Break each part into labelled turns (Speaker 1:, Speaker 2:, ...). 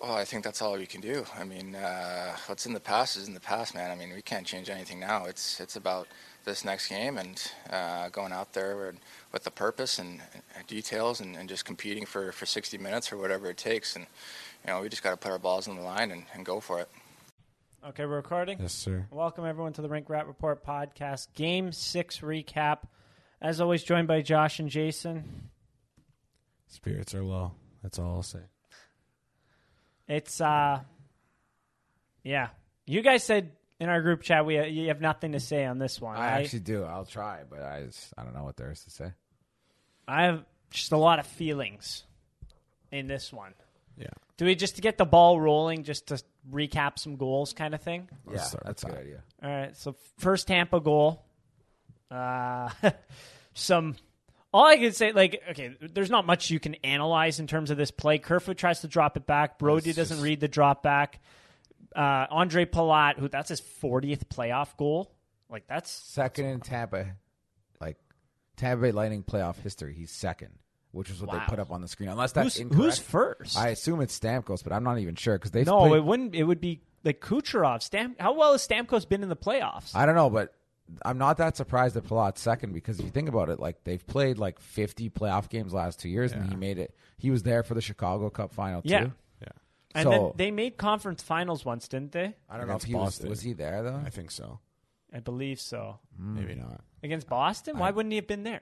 Speaker 1: Well, I think that's all we can do. I mean, uh, what's in the past is in the past, man. I mean, we can't change anything now. It's it's about this next game and uh, going out there and, with the purpose and, and details and, and just competing for, for 60 minutes or whatever it takes. And you know, we just got to put our balls on the line and, and go for it.
Speaker 2: Okay, we're recording.
Speaker 3: Yes, sir.
Speaker 2: Welcome everyone to the Rink Rat Report podcast, Game Six recap. As always, joined by Josh and Jason.
Speaker 3: Spirits are low. That's all I'll say.
Speaker 2: It's uh, yeah. You guys said in our group chat we you have nothing to say on this one.
Speaker 4: I actually do. I'll try, but I just, I don't know what there is to say.
Speaker 2: I have just a lot of feelings in this one.
Speaker 3: Yeah.
Speaker 2: Do we just to get the ball rolling, just to recap some goals, kind of thing?
Speaker 3: Let's
Speaker 4: yeah,
Speaker 3: start
Speaker 4: that's a
Speaker 3: with
Speaker 4: good
Speaker 3: that.
Speaker 4: idea.
Speaker 2: All right. So first Tampa goal. Uh, some. All I could say, like, okay, there's not much you can analyze in terms of this play. Kerfoot tries to drop it back. Brody
Speaker 3: It's
Speaker 2: doesn't
Speaker 3: just-
Speaker 2: read the drop back. Uh, Andre Palat, who that's his 40th playoff goal. Like that's
Speaker 4: Second in Tampa, like Tampa Bay Lightning playoff history. He's second, which is what
Speaker 2: Wow.
Speaker 4: they put up on the screen. Unless that's
Speaker 2: who's,
Speaker 4: incorrect.
Speaker 2: who's first?
Speaker 4: I assume it's Stamkos, but I'm not even sure because they
Speaker 2: no, it wouldn't. It would be like Kucherov. Stam. How well has Stamkos been in the playoffs?
Speaker 4: I don't know, but I'm not that surprised that Palat's second because if you think about it, like they've played like 50 playoff games last two years, and he made it. He was there for the Chicago Cup final
Speaker 2: Yeah.
Speaker 4: too.
Speaker 3: Yeah.
Speaker 2: and
Speaker 4: so-
Speaker 2: then they made conference finals once, didn't they?
Speaker 4: I don't know if
Speaker 3: Against
Speaker 4: he was,
Speaker 3: Boston.
Speaker 4: was he there though.
Speaker 3: I think so.
Speaker 2: I believe so.
Speaker 3: Maybe not.
Speaker 2: Against Boston, why wouldn't he have been there?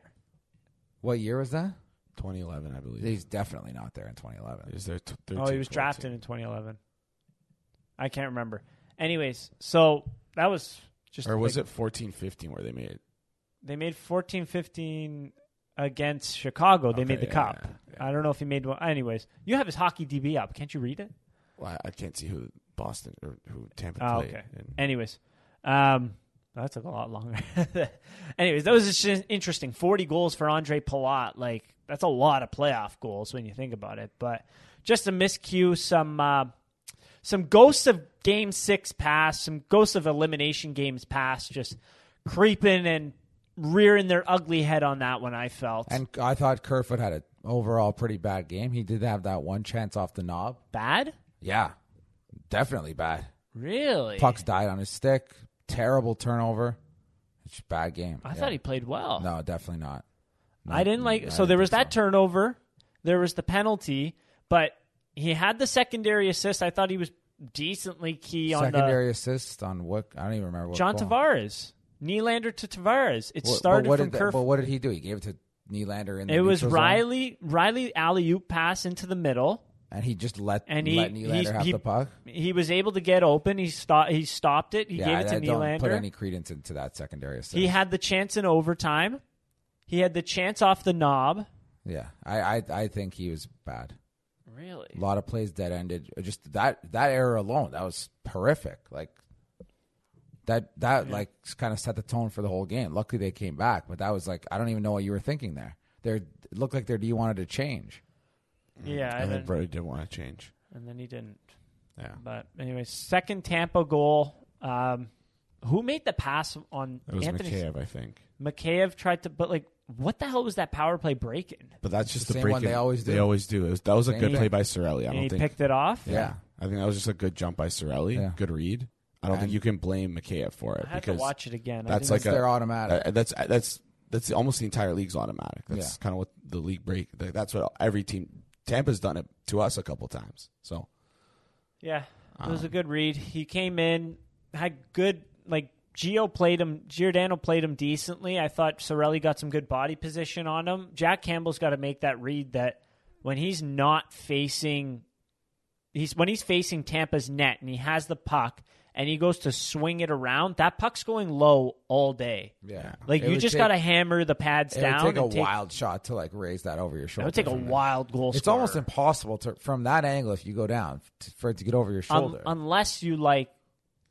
Speaker 4: What year was that?
Speaker 3: 2011, I believe.
Speaker 4: He's definitely not there in 2011.
Speaker 3: Is there t-
Speaker 2: Oh, he
Speaker 3: 13,
Speaker 2: was
Speaker 3: 14?
Speaker 2: drafted in 2011. I can't remember. Anyways, so that was just.
Speaker 3: Or was
Speaker 2: like,
Speaker 3: it 14, 15 where they made it?
Speaker 2: They made 14 15 against Chicago. They
Speaker 3: Okay,
Speaker 2: made the
Speaker 3: yeah,
Speaker 2: cup.
Speaker 3: yeah, yeah.
Speaker 2: I don't know if he made one. Anyways, you have his hockey DB up. Can't you read it?
Speaker 3: Well, I, I can't see who Boston or who Tampa
Speaker 2: Oh,
Speaker 3: played.
Speaker 2: okay.
Speaker 3: in.
Speaker 2: Anyways, um, that took a lot longer. Anyways, that was just in- interesting. Forty goals for Andre Palat. Like that's a lot of playoff goals when you think about it. But just a miscue, some uh, some ghosts of Game Six past, some ghosts of elimination games past, just creeping and rearing their ugly head on that one. I felt
Speaker 4: And I thought Kerfoot had an overall pretty bad game. He did have that one chance off the knob.
Speaker 2: bad.
Speaker 4: Yeah, definitely bad.
Speaker 2: Really,
Speaker 4: Pucks died on his stick. Terrible turnover. It's just a bad game.
Speaker 2: I
Speaker 4: Yeah.
Speaker 2: thought he played well.
Speaker 4: No, definitely not.
Speaker 2: I
Speaker 4: Mm-hmm.
Speaker 2: didn't like. so there was that turnover, there was the penalty, but he had the secondary assist. I thought he was decently key
Speaker 4: Secondary assist on what? I don't even remember.
Speaker 2: on the
Speaker 4: What
Speaker 2: uh, John
Speaker 4: goal.
Speaker 2: Tavares, Nylander to Tavares. It
Speaker 4: What- but
Speaker 2: started
Speaker 4: what
Speaker 2: from
Speaker 4: did that-
Speaker 2: Kerf.
Speaker 4: But what did he do? He gave it to Nylander in the
Speaker 2: It was
Speaker 4: neutral zone,
Speaker 2: Riley Riley alley oop pass into the middle.
Speaker 4: and he just let
Speaker 2: And he-
Speaker 4: let
Speaker 2: he's-
Speaker 4: Nylander have
Speaker 2: he-
Speaker 4: the puck.
Speaker 2: He was able to get open. He stopped. He stopped it. He
Speaker 4: yeah,
Speaker 2: gave it to
Speaker 4: I, I
Speaker 2: Nylander.
Speaker 4: don't put any credence into that secondary assist.
Speaker 2: he had the chance in overtime. He had the chance off the knob.
Speaker 4: yeah, I, I I think he was bad.
Speaker 2: Really?
Speaker 4: A lot of plays dead ended. Just that that error alone, that was horrific. Like that that like kind of set the tone for the whole game. Luckily they came back, but that was like I don't even know what you were thinking there. There it looked like their D wanted to change.
Speaker 2: Yeah. And
Speaker 3: I think
Speaker 2: then,
Speaker 3: Brody did want to change.
Speaker 2: and then he didn't.
Speaker 3: Yeah.
Speaker 2: But anyway, second Tampa goal. Um, who made the pass on
Speaker 3: It was
Speaker 2: Anthony
Speaker 3: Mikheyev, I think.
Speaker 2: Mikheyev tried to, but like, what the hell was that power play breaking?
Speaker 3: But that's just
Speaker 4: the
Speaker 3: a
Speaker 4: same
Speaker 3: break.
Speaker 4: one
Speaker 3: in-
Speaker 4: they always
Speaker 3: They
Speaker 4: do.
Speaker 3: always do. It was, that was a
Speaker 4: Same
Speaker 3: good
Speaker 4: thing.
Speaker 3: play by Sorelli. I
Speaker 2: And
Speaker 3: don't
Speaker 2: he
Speaker 3: think.
Speaker 2: picked it off.
Speaker 3: yeah.
Speaker 4: Yeah.
Speaker 3: I think that was just a good jump by Sorelli.
Speaker 4: Yeah.
Speaker 3: Good read. I don't think
Speaker 4: And-
Speaker 3: you can blame Mikheyev for it
Speaker 2: I had to
Speaker 3: because
Speaker 2: watch it again. I
Speaker 3: that's
Speaker 2: didn't-
Speaker 3: like
Speaker 4: It's their
Speaker 3: a-
Speaker 4: automatic.
Speaker 3: Uh, that's that's that's almost the entire league's automatic. That's
Speaker 4: Yeah.
Speaker 3: kind of what the league break. That's what every team. Tampa's done it to us a couple times. So
Speaker 2: yeah, it was a
Speaker 4: Um,
Speaker 2: good read. He came in, had good like. Gio played him. Giordano played him decently. I thought Sorelli got some good body position on him. Jack Campbell's got to make that read that when he's not facing he's when he's facing Tampa's net and he has the puck and he goes to swing it around, that puck's going low all day.
Speaker 4: Yeah.
Speaker 2: Like
Speaker 4: It
Speaker 2: you
Speaker 4: would
Speaker 2: just
Speaker 4: take-
Speaker 2: got to hammer the pads
Speaker 4: It
Speaker 2: down.
Speaker 4: would take a
Speaker 2: and take-
Speaker 4: wild shot to like raise that over your
Speaker 2: It
Speaker 4: shoulder.
Speaker 2: would take a
Speaker 4: from there.
Speaker 2: wild goal.
Speaker 4: It's
Speaker 2: scorer.
Speaker 4: almost impossible to from that angle if you go down to, for it to get over your
Speaker 2: Un-
Speaker 4: shoulder.
Speaker 2: unless you like.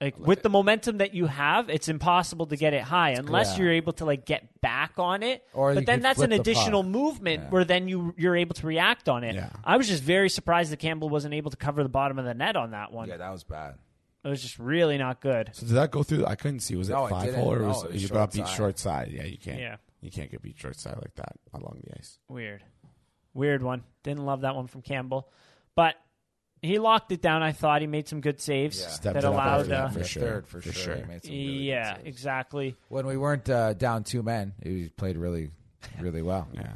Speaker 2: Like with the momentum that you have, it's impossible to get it high unless
Speaker 4: Yeah.
Speaker 2: you're able to like get back on it.
Speaker 4: Or
Speaker 2: but
Speaker 4: you
Speaker 2: then
Speaker 4: could
Speaker 2: that's
Speaker 4: flip
Speaker 2: an
Speaker 4: the
Speaker 2: additional
Speaker 4: puck.
Speaker 2: movement
Speaker 4: Yeah.
Speaker 2: where then you you're able to react on it.
Speaker 3: Yeah.
Speaker 2: I was just very surprised that Campbell wasn't able to cover the bottom of the net on that one.
Speaker 4: yeah, that was bad.
Speaker 2: It was just really not good.
Speaker 3: so did that go through? I couldn't see. Was
Speaker 4: No,
Speaker 3: it
Speaker 4: it
Speaker 3: five
Speaker 4: didn't.
Speaker 3: hole or was,
Speaker 4: No, it
Speaker 3: you
Speaker 4: was
Speaker 3: got
Speaker 4: short
Speaker 3: beat
Speaker 4: side.
Speaker 3: short side? Yeah, you can't.
Speaker 2: Yeah.
Speaker 3: you can't get beat short side like that along the ice.
Speaker 2: Weird. Weird one. Didn't love that one from Campbell. But he locked it down. I thought he made some good saves
Speaker 3: Stepped
Speaker 2: that
Speaker 3: it up
Speaker 2: allowed.
Speaker 3: after that,
Speaker 2: Uh,
Speaker 3: for sure.
Speaker 4: Third, for,
Speaker 3: For
Speaker 4: sure. He
Speaker 3: sure.
Speaker 4: made some really good
Speaker 2: yeah,
Speaker 4: saves.
Speaker 2: exactly.
Speaker 4: When we weren't uh, down two men, he played really, really well.
Speaker 3: Yeah.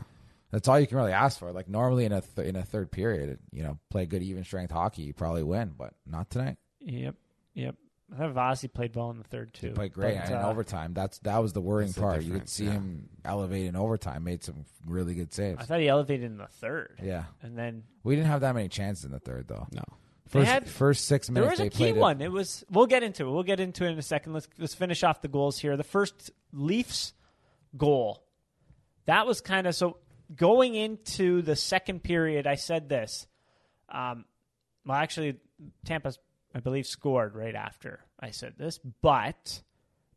Speaker 4: That's all you can really ask for. Like normally in a th- in a third period, you know, play good even strength hockey, you probably win, but not tonight.
Speaker 2: Yep, yep. I thought Vasi played well in the third too.
Speaker 4: He played great
Speaker 2: But,
Speaker 4: in
Speaker 2: uh,
Speaker 4: overtime. That's that was the worrying
Speaker 3: That's the
Speaker 4: part. You could
Speaker 3: difference,
Speaker 4: see
Speaker 3: yeah.
Speaker 4: him elevate in overtime, made some really good
Speaker 2: I
Speaker 4: saves.
Speaker 2: thought he elevated in the third,
Speaker 4: Yeah,
Speaker 2: and then
Speaker 4: we didn't have that many chances in the third though.
Speaker 3: No.
Speaker 4: First,
Speaker 2: had-
Speaker 4: first six
Speaker 2: there was
Speaker 4: minutes
Speaker 2: a
Speaker 4: they
Speaker 2: key
Speaker 4: played it-
Speaker 2: one. It was. We'll get into it. We'll get into it in a second. Let's let's finish off the goals here. The first Leafs goal. That was kind of so going into the second period. I said this. Um, well, actually, Tampa's I believe scored right after I said this, but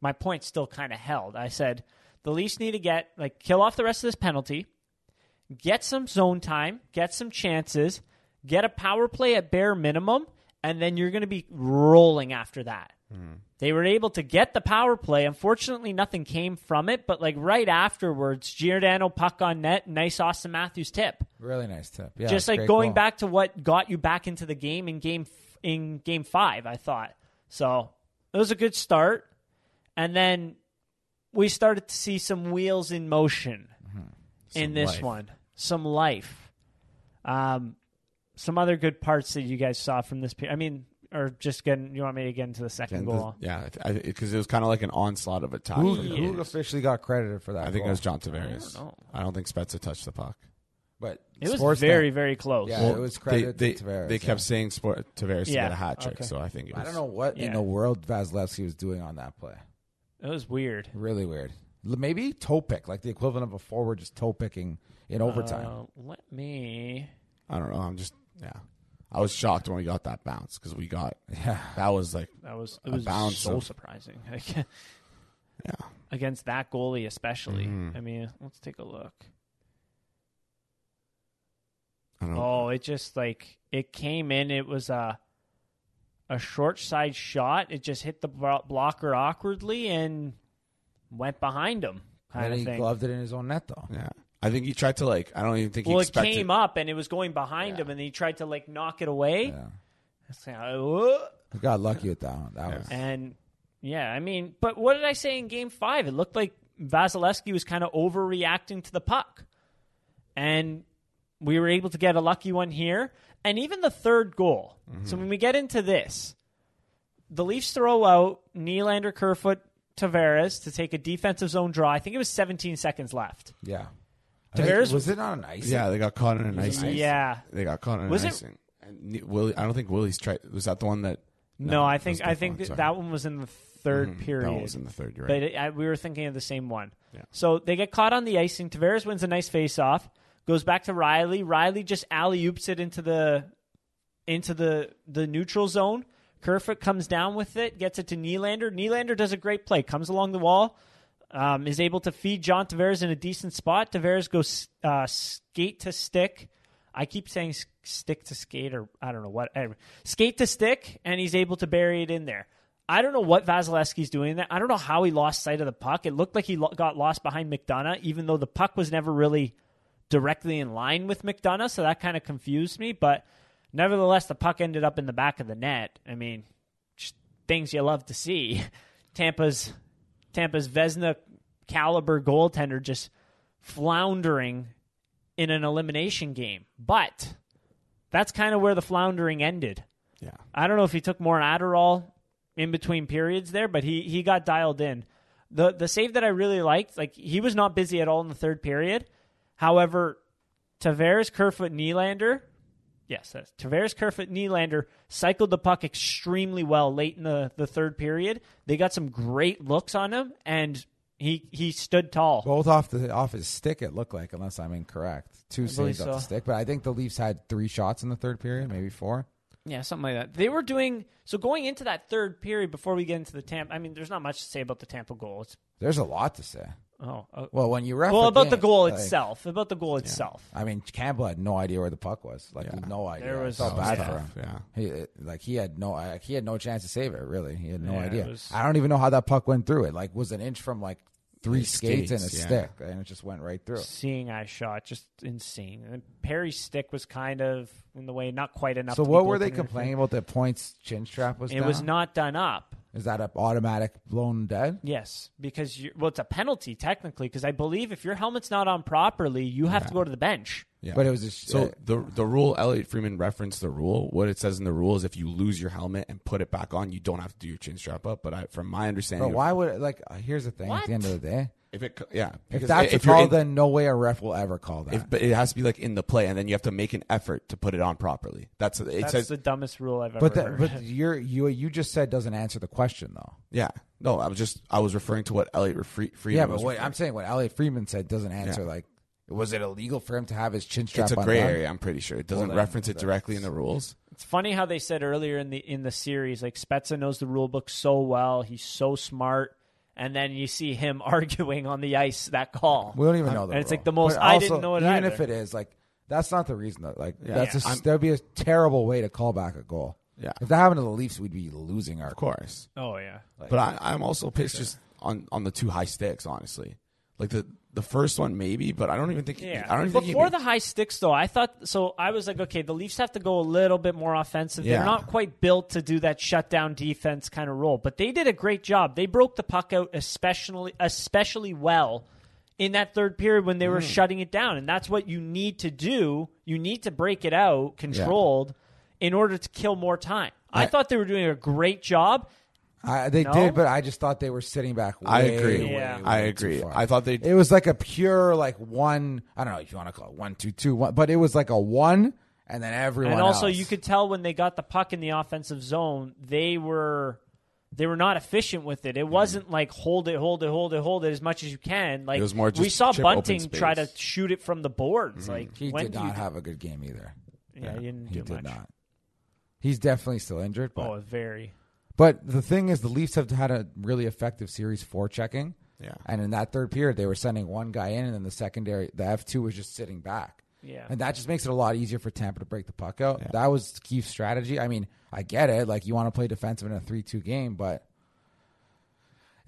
Speaker 2: my point still kind of held. I said the Leafs need to get like kill off the rest of this penalty, get some zone time, get some chances, get a power play at bare minimum, and then you're going to be rolling after that. They were able to get the power play. Unfortunately, nothing came from it, but like right afterwards, Giordano puck on net, nice Austin Matthews tip.
Speaker 4: Really nice tip. Yeah,
Speaker 2: Just
Speaker 4: it was
Speaker 2: like
Speaker 4: great
Speaker 2: going
Speaker 4: goal.
Speaker 2: back to what got you back into the game in game f- in game 5, I thought. So, it was a good start. And then we started to see some wheels in motion
Speaker 4: Mm-hmm.
Speaker 2: in
Speaker 3: Some
Speaker 2: this
Speaker 3: life.
Speaker 2: one. Some life. Um some other good parts that you guys saw from this pe- I mean, or just getting you want me to get into the second
Speaker 3: And
Speaker 2: goal.
Speaker 3: the- yeah, because it was kind of like an onslaught of attack.
Speaker 4: Who,
Speaker 3: from the
Speaker 4: who
Speaker 3: Leafs.
Speaker 4: officially got credited for that?
Speaker 3: I think
Speaker 4: goal?
Speaker 3: it was John Tavares.
Speaker 2: I don't know.
Speaker 3: I don't think Spezza touched the puck.
Speaker 4: But
Speaker 2: It was
Speaker 4: Sportsnet-
Speaker 2: very, very close.
Speaker 4: Yeah, it was credited
Speaker 3: they,
Speaker 4: to Tavares.
Speaker 3: They kept
Speaker 4: yeah.
Speaker 3: saying sport, Tavares
Speaker 2: Yeah,
Speaker 3: to get a hat trick,
Speaker 2: okay.
Speaker 3: so I think it was.
Speaker 4: I don't know what
Speaker 2: Yeah.
Speaker 4: in the world Vasilevsky was doing on that play.
Speaker 2: It was weird.
Speaker 4: Really weird. L- Maybe toe pick, like the equivalent of a forward just toe picking in overtime.
Speaker 2: Uh, let me
Speaker 3: I don't know. I'm just yeah. I was shocked when we got that bounce because we got yeah. That was like
Speaker 2: That was
Speaker 3: a
Speaker 2: it was
Speaker 3: bounce
Speaker 2: so
Speaker 3: of-
Speaker 2: surprising. yeah.
Speaker 3: Yeah.
Speaker 2: Against that goalie especially.
Speaker 3: Mhm.
Speaker 2: I mean, let's take a look.
Speaker 3: I don't know.
Speaker 2: Oh, it just like it came in it was a a short side shot. It just hit the blo- blocker awkwardly and went behind him
Speaker 4: and
Speaker 2: kind
Speaker 4: then
Speaker 2: of
Speaker 4: he
Speaker 2: thing.
Speaker 4: gloved it in his own net, though.
Speaker 3: Yeah, I think he tried to like. I don't even think
Speaker 2: well,
Speaker 3: he
Speaker 2: it
Speaker 3: expected.
Speaker 2: came up and it was going behind him and he tried to like knock it away.
Speaker 4: Yeah.
Speaker 2: It's like, "Uh, "Whoa."
Speaker 4: He got lucky with that one. That
Speaker 3: Yeah.
Speaker 4: was
Speaker 2: And yeah, I mean, but what did I say in game five? It looked like Vasilevsky was kind of overreacting to the puck. And we were able to get a lucky one here. And even the third goal.
Speaker 3: Mm-hmm.
Speaker 2: So when we get into this, the Leafs throw out Nylander, Kerfoot, Tavares to take a defensive zone draw. I think it was 17 seconds left.
Speaker 4: yeah.
Speaker 2: Tavares-
Speaker 4: was it on an ice?
Speaker 3: Yeah, they got caught in an icing.
Speaker 2: Yeah.
Speaker 3: they got caught in
Speaker 2: Was
Speaker 3: an
Speaker 2: it-
Speaker 3: icing. And Ne- Willie, I don't think Willie's tried. Was that the one that?
Speaker 2: No, I think
Speaker 3: that was
Speaker 2: I
Speaker 3: the
Speaker 2: think
Speaker 3: one, sorry. Mm-hmm.
Speaker 2: that one was in the 3rd period.
Speaker 3: That one was in the third. You're right.
Speaker 2: But it, I, we were thinking of the same one.
Speaker 3: Yeah.
Speaker 2: So they get caught on the icing. Tavares wins a nice face-off. Goes back to Riley. Riley just alley oops it into the into the the neutral zone. Kerfoot comes down with it, gets it to Nylander. Nylander does a great play, comes along the wall, um, is able to feed John Tavares in a decent spot. Tavares goes uh, skate to stick. I keep saying s- stick to skate, or I don't know what. anyway, skate to stick, and he's able to bury it in there. I don't know what Vasilevsky's doing there. I don't know how he lost sight of the puck. It looked like he lo- got lost behind McDonough, even though the puck was never really directly in line with McDonough, so that kind of confused me. But nevertheless, the puck ended up in the back of the net. I mean, just things you love to see. Tampa's Tampa's Vesna caliber goaltender just floundering in an elimination game. But that's kind of where the floundering ended.
Speaker 3: yeah,
Speaker 2: I don't know if he took more Adderall in between periods there, but he he got dialed in. The the save that I really liked, like he was not busy at all in the third period. However, Tavares, Kerfoot, Nylander, yes, that's Tavares, Kerfoot, Nylander cycled the puck extremely well late in the, the third period. They got some great looks on him, and he he stood tall.
Speaker 4: Both off the off his stick, it looked like, unless I'm incorrect. Two
Speaker 2: believe
Speaker 4: saves off the
Speaker 2: so.
Speaker 4: stick, but I think the Leafs had three shots in the third period, maybe four.
Speaker 2: Yeah, something like that. They were doing so going into that third period before we get into the Tampa. I mean, there's not much to say about the Tampa goal. It's
Speaker 4: There's a lot to say.
Speaker 2: oh, oh
Speaker 4: Well, when you ref
Speaker 2: well
Speaker 4: a
Speaker 2: about the
Speaker 4: game,
Speaker 2: goal
Speaker 4: like-
Speaker 2: itself. About the goal itself.
Speaker 4: I mean, Campbell had no idea where the puck was. Like no idea.
Speaker 2: There
Speaker 4: I
Speaker 2: was-
Speaker 4: felt
Speaker 2: that was
Speaker 4: bad for
Speaker 3: tough,
Speaker 4: him.
Speaker 3: yeah.
Speaker 4: He uh, like he had no uh, he had no chance to save it. Really, he had no
Speaker 2: Yeah, it
Speaker 4: idea.
Speaker 2: was-
Speaker 4: I don't even know how that puck went through it. Like was an inch from like three skates
Speaker 3: skates,
Speaker 4: and a
Speaker 3: yeah.
Speaker 4: stick, and it just went right through.
Speaker 2: Seeing eye shot, just insane. And Perry's stick was kind of in the way, not quite enough.
Speaker 4: So
Speaker 2: to be
Speaker 4: what were they
Speaker 2: goaltender.
Speaker 4: complaining about? That points chin strap was.
Speaker 2: It was
Speaker 4: down?
Speaker 2: not done up.
Speaker 4: Is that an automatic blown dead?
Speaker 2: Yes, because you, well, it's a penalty technically. Because I believe if your helmet's not on properly, you have to go to the bench.
Speaker 3: Yeah.
Speaker 4: But it was a sh-
Speaker 3: so
Speaker 4: uh,
Speaker 3: the the rule. Elliot Freeman referenced the rule. What it says in the rule is if you lose your helmet and put it back on, you don't have to do your chin strap up. But I, from my understanding,
Speaker 4: But why would like? uh, Here's the thing. At
Speaker 2: What?
Speaker 4: the end of the day,
Speaker 3: if it co- yeah,
Speaker 4: if
Speaker 3: because
Speaker 4: that's
Speaker 3: if
Speaker 4: a
Speaker 3: you're
Speaker 4: call,
Speaker 3: in-
Speaker 4: then no way a ref will ever call that.
Speaker 3: if, but it has to be like in the play, and then you have to make an effort to put it on properly. That's it
Speaker 2: That's
Speaker 3: says
Speaker 2: the dumbest rule I've ever
Speaker 4: but that,
Speaker 2: heard.
Speaker 4: but you're, you you just said doesn't answer the question though.
Speaker 3: yeah. No, I was just I was referring to what Elliot Refre- Freeman.
Speaker 4: Yeah, but
Speaker 3: was
Speaker 4: what
Speaker 3: referring-
Speaker 4: I'm saying what Elliot Freeman said doesn't answer.
Speaker 3: Yeah.
Speaker 4: Like, was it illegal for him to have his chin strap?
Speaker 3: it's a
Speaker 4: on
Speaker 3: gray
Speaker 4: down?
Speaker 3: area. I'm pretty sure it doesn't
Speaker 4: then
Speaker 3: reference it directly in the rules.
Speaker 2: It's funny how they said earlier in the in the series, like Spezza knows the rule book so well, he's so smart, and then you see him arguing on the ice that call.
Speaker 4: We don't even know the.
Speaker 2: and it's
Speaker 4: rule.
Speaker 2: like the most-
Speaker 4: But
Speaker 2: I
Speaker 4: also,
Speaker 2: didn't know it
Speaker 4: Even
Speaker 2: either.
Speaker 4: if it is like, that's not the reason. Though. Like, that's
Speaker 3: Yeah.
Speaker 4: a, that'd be a terrible way to call back a goal.
Speaker 3: Yeah.
Speaker 4: If that happened to the Leafs, we'd be losing our.
Speaker 3: Of course.
Speaker 2: oh yeah,
Speaker 3: But I, I'm also pissed just on, on the two high sticks, honestly. Like the the first one, maybe, but I don't even think.
Speaker 2: yeah.
Speaker 3: I don't even think he
Speaker 2: Before
Speaker 3: made-
Speaker 2: the high sticks, though, I thought so. I was like, okay, the Leafs have to go a little bit more offensive.
Speaker 3: Yeah.
Speaker 2: They're not quite built to do that shutdown defense kind of role, but they did a great job. They broke the puck out especially especially well in that third period when they were
Speaker 3: Mm.
Speaker 2: shutting it down, and that's what you need to do. You need to break it out controlled in order to kill more time. I,
Speaker 3: I-
Speaker 2: thought they were doing a great job.
Speaker 4: I, they
Speaker 2: No?
Speaker 4: did, but I just thought they were sitting back. Way,
Speaker 3: I agree.
Speaker 4: way,
Speaker 2: Yeah.
Speaker 4: way
Speaker 3: I
Speaker 4: too
Speaker 3: agree.
Speaker 4: far.
Speaker 3: I thought they.
Speaker 4: it was like a pure like one. I don't know if you want to call it one, two, two, one, but it was like a one, and then everyone.
Speaker 2: and also
Speaker 4: else.
Speaker 2: you could tell when they got the puck in the offensive zone they were they were not efficient with it it wasn't like hold it hold it hold it hold it as much as you can like
Speaker 3: It was more
Speaker 2: we
Speaker 3: just
Speaker 2: saw
Speaker 3: chip
Speaker 2: bunting
Speaker 3: open space. Mm-hmm.
Speaker 2: try to shoot it from the boards like
Speaker 4: He
Speaker 2: when
Speaker 4: did
Speaker 2: do you
Speaker 4: not have a good game either.
Speaker 2: yeah, he didn't
Speaker 4: He
Speaker 2: do
Speaker 4: did
Speaker 2: much
Speaker 4: not. He's definitely still injured, but
Speaker 2: oh very
Speaker 4: But the thing is, the Leafs have had a really effective series for checking.
Speaker 3: Yeah.
Speaker 4: And in that third period, they were sending one guy in, and then the secondary, the F two was just sitting back.
Speaker 2: Yeah.
Speaker 4: And that just makes it a lot easier for Tampa to break the puck out. That was Keith's strategy. I mean, I get it. Like you want to play defensive in a three two game, but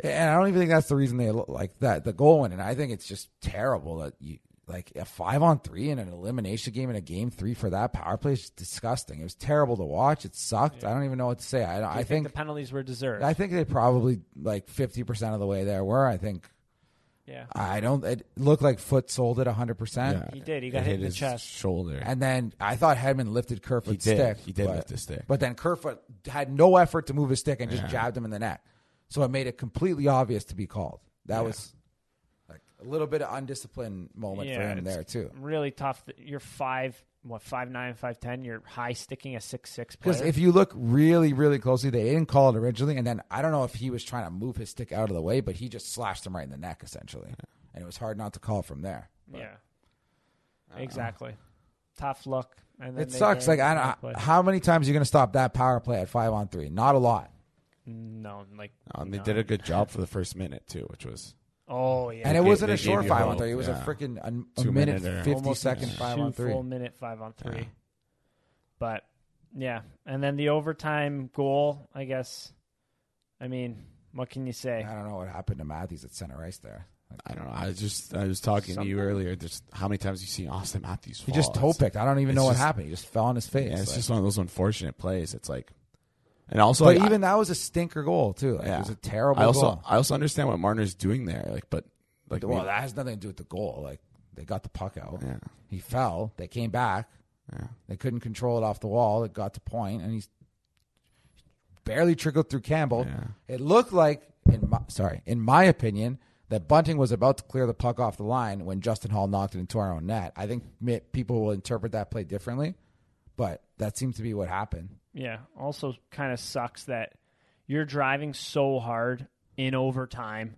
Speaker 4: and I don't even think that's the reason they look like that. The goal went, and I think it's just terrible that you like a five on three in an elimination game in a game three for that power play is disgusting. It was terrible to watch. It sucked. I don't even know what to say. I, I
Speaker 2: I think,
Speaker 4: think
Speaker 2: the penalties were deserved
Speaker 4: I think they probably like fifty percent of the way there were. I think
Speaker 2: yeah
Speaker 4: I don't. It looked like Foot sold it hundred percent,
Speaker 2: he did he
Speaker 3: It
Speaker 2: got hit, in the
Speaker 3: his
Speaker 2: chest
Speaker 3: shoulder.
Speaker 4: and then I thought Hedman lifted Kerfoot's
Speaker 3: He did.
Speaker 4: stick.
Speaker 3: He did
Speaker 4: but,
Speaker 3: lift his stick.
Speaker 4: but then Kerfoot had no effort to move his stick and just
Speaker 3: Yeah.
Speaker 4: jabbed him in the neck. So it made it completely obvious to be called. That was like a little bit of undisciplined moment for
Speaker 2: Yeah, it's
Speaker 4: him there too.
Speaker 2: really tough that you're five what five nine five ten you're high sticking a six six
Speaker 4: Because
Speaker 2: player
Speaker 4: if you look really, really closely, they didn't call it originally, and then I don't know if he was trying to move his stick out of the way, but he just slashed him right in the neck essentially, and it was hard not to call from there.
Speaker 2: yeah exactly tough look and then
Speaker 4: It
Speaker 2: they
Speaker 4: sucks.
Speaker 2: buried
Speaker 4: Like I
Speaker 2: the
Speaker 4: don't.
Speaker 2: power play.
Speaker 4: How many times are you going to stop that power play at five on three? Not a lot.
Speaker 2: No, like
Speaker 3: Um, they
Speaker 2: no.
Speaker 3: did a good job for the first minute too, which was
Speaker 2: Oh yeah,
Speaker 4: And it
Speaker 3: They-
Speaker 4: wasn't
Speaker 3: they
Speaker 4: a
Speaker 3: gave
Speaker 4: short
Speaker 3: you
Speaker 4: five on
Speaker 3: hope,
Speaker 4: three. It was
Speaker 3: yeah.
Speaker 4: a freaking a, a
Speaker 3: Two
Speaker 4: minute
Speaker 3: minute or-
Speaker 4: fifty
Speaker 2: almost
Speaker 4: second five
Speaker 2: two
Speaker 4: on three.
Speaker 2: full minute five on three.
Speaker 3: uh,
Speaker 2: But yeah, and then the overtime goal. I guess. I mean, what can you say?
Speaker 4: I don't know what happened to Matthews at center ice there. Like,
Speaker 3: I don't know. I was just I was talking to you
Speaker 2: Something.
Speaker 3: earlier. Just how many times you see Austin Matthews?
Speaker 4: he
Speaker 3: Fall.
Speaker 4: just toe
Speaker 3: Oh, It's-
Speaker 4: picked. I don't even
Speaker 3: it's
Speaker 4: know what
Speaker 3: just-
Speaker 4: happened. He just fell on his face.
Speaker 3: Yeah, it's
Speaker 4: Like-
Speaker 3: just one of those unfortunate plays. It's like, and also,
Speaker 4: but
Speaker 3: like, I-
Speaker 4: even that was a stinker goal too. Like, It was a terrible
Speaker 3: I also
Speaker 4: goal.
Speaker 3: I also understand what Marner's doing there, like, but like,
Speaker 4: Well,
Speaker 3: we-
Speaker 4: that has nothing to do with the goal. Like they got the puck out.
Speaker 3: yeah,
Speaker 4: He fell. They came back.
Speaker 3: yeah,
Speaker 4: They couldn't control it off the wall. It got to point, and he's barely trickled through Campbell.
Speaker 3: Yeah.
Speaker 4: It looked like, in my, sorry, in my opinion, that Bunting was about to clear the puck off the line when Justin Hall knocked it into our own net. I think mi- people will interpret that play differently, but that seems to be what happened.
Speaker 2: Yeah. Also, kind of sucks that you're driving so hard in overtime.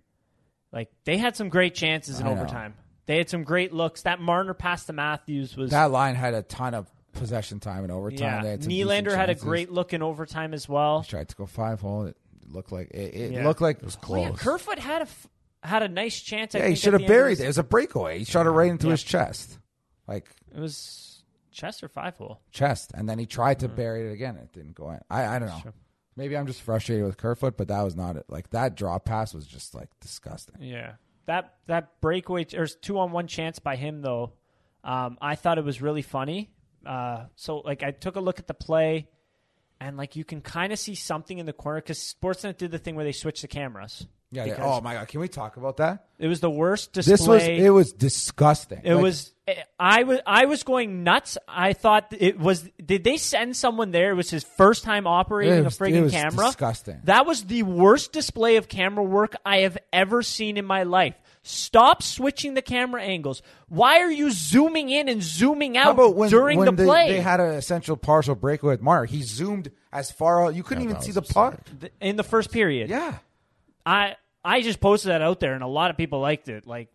Speaker 2: Like they had some great chances in
Speaker 4: I know.
Speaker 2: overtime. They had some great looks. That Marner pass to Matthews was
Speaker 4: That line had a ton of possession time and overtime.
Speaker 2: yeah.
Speaker 4: They had some decent
Speaker 2: Nylander had a
Speaker 4: chances.
Speaker 2: great look in overtime as well.
Speaker 4: tried to go five hole. It looked like it, it
Speaker 2: Yeah.
Speaker 4: looked like
Speaker 3: it was
Speaker 2: Oh, yeah,
Speaker 3: close.
Speaker 2: Kerfoot had a f- had a nice chance. I
Speaker 4: Yeah, he
Speaker 2: think, at
Speaker 4: should
Speaker 2: the
Speaker 4: have
Speaker 2: end of
Speaker 4: buried
Speaker 2: this-
Speaker 4: it. It was a breakaway. He shot it right into
Speaker 2: Yeah.
Speaker 4: his chest, like
Speaker 2: It was chest or five hole.
Speaker 4: chest, and then he tried
Speaker 2: Mm-hmm.
Speaker 4: to bury it again. It didn't go in. I, I don't know. Maybe I'm just frustrated with Kerfoot, but that was not it. Like that drop pass was just like disgusting.
Speaker 2: Yeah. that that breakaway or two on one chance by him though, um, I thought it was really funny. Uh, so like I took a look at the play, and like you can kind of see something in the corner because Sportsnet did the thing where they switched the cameras.
Speaker 4: Yeah. yeah.
Speaker 2: Because-
Speaker 4: Oh my god, can we talk about that?
Speaker 2: It was the worst display.
Speaker 4: This was it was disgusting.
Speaker 2: It
Speaker 4: Like,
Speaker 2: was. eh, I was. I was going nuts. I thought it was. Did they send someone there? It was his first time operating
Speaker 4: It was-
Speaker 2: a friggin'
Speaker 4: it was
Speaker 2: camera.
Speaker 4: disgusting.
Speaker 2: That was the worst display of camera work I have ever seen in my life. Stop switching the camera angles. Why are you zooming in and zooming out
Speaker 4: How about when,
Speaker 2: during
Speaker 4: when
Speaker 2: the
Speaker 4: they,
Speaker 2: play?
Speaker 4: they had an essential partial breakaway with Mark? He zoomed as far out you couldn't even
Speaker 3: that
Speaker 4: see
Speaker 3: was
Speaker 4: the puck.
Speaker 2: Th- in the first period.
Speaker 4: Yeah.
Speaker 2: I I just posted that out there, and a lot of people liked it. Like,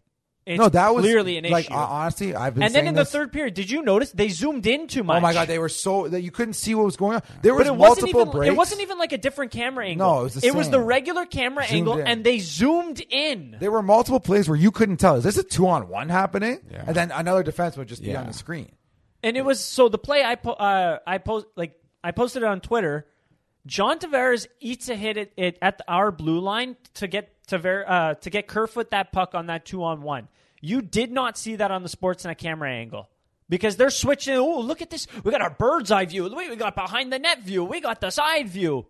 Speaker 2: it's
Speaker 4: No, that was
Speaker 2: clearly an
Speaker 4: like
Speaker 2: issue.
Speaker 4: hon- honestly, I've been
Speaker 2: and then
Speaker 4: saying
Speaker 2: in the
Speaker 4: this-
Speaker 2: third period, did you notice they zoomed in too much?
Speaker 4: Oh my god, they were so that you couldn't see what was going on. There was
Speaker 2: But it wasn't
Speaker 4: multiple
Speaker 2: even
Speaker 4: breaks.
Speaker 2: it wasn't even like a different camera angle.
Speaker 4: No, it was the same.
Speaker 2: regular camera
Speaker 4: Zoomed
Speaker 2: angle,
Speaker 4: in.
Speaker 2: and they zoomed in.
Speaker 4: There were multiple plays where you couldn't tell. Is this a two on one happening?
Speaker 3: Yeah.
Speaker 4: And then another defense would just be
Speaker 3: Yeah.
Speaker 4: on the screen.
Speaker 2: and it was so the play I po- uh, I post like I posted it on Twitter. John Tavares eats a hit at, it at the, our blue line to get Taver, uh, to get Kerfoot that puck on that two on one. You did not see that on the Sportsnet camera angle because they're switching. Oh, look at this! We got our bird's eye view. Wait, we got behind the net view. We got the side view.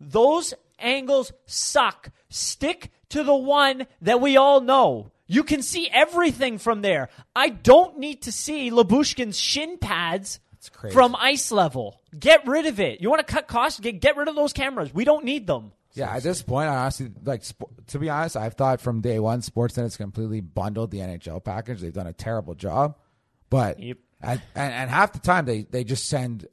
Speaker 2: Those angles suck. Stick to the one that we all know. You can see everything from there. I don't need to see Labushkin's shin pads
Speaker 4: crazy.
Speaker 2: from ice level. Get rid of it. You want to cut costs? Get, get rid of those cameras. We don't need them.
Speaker 4: Yeah, at this point, I honestly like. sp- To be honest, I've thought from day one, Sportsnet has completely bundled the NHL package. They've done a terrible job, but
Speaker 2: Yep.
Speaker 4: and, and and half the time they they just send,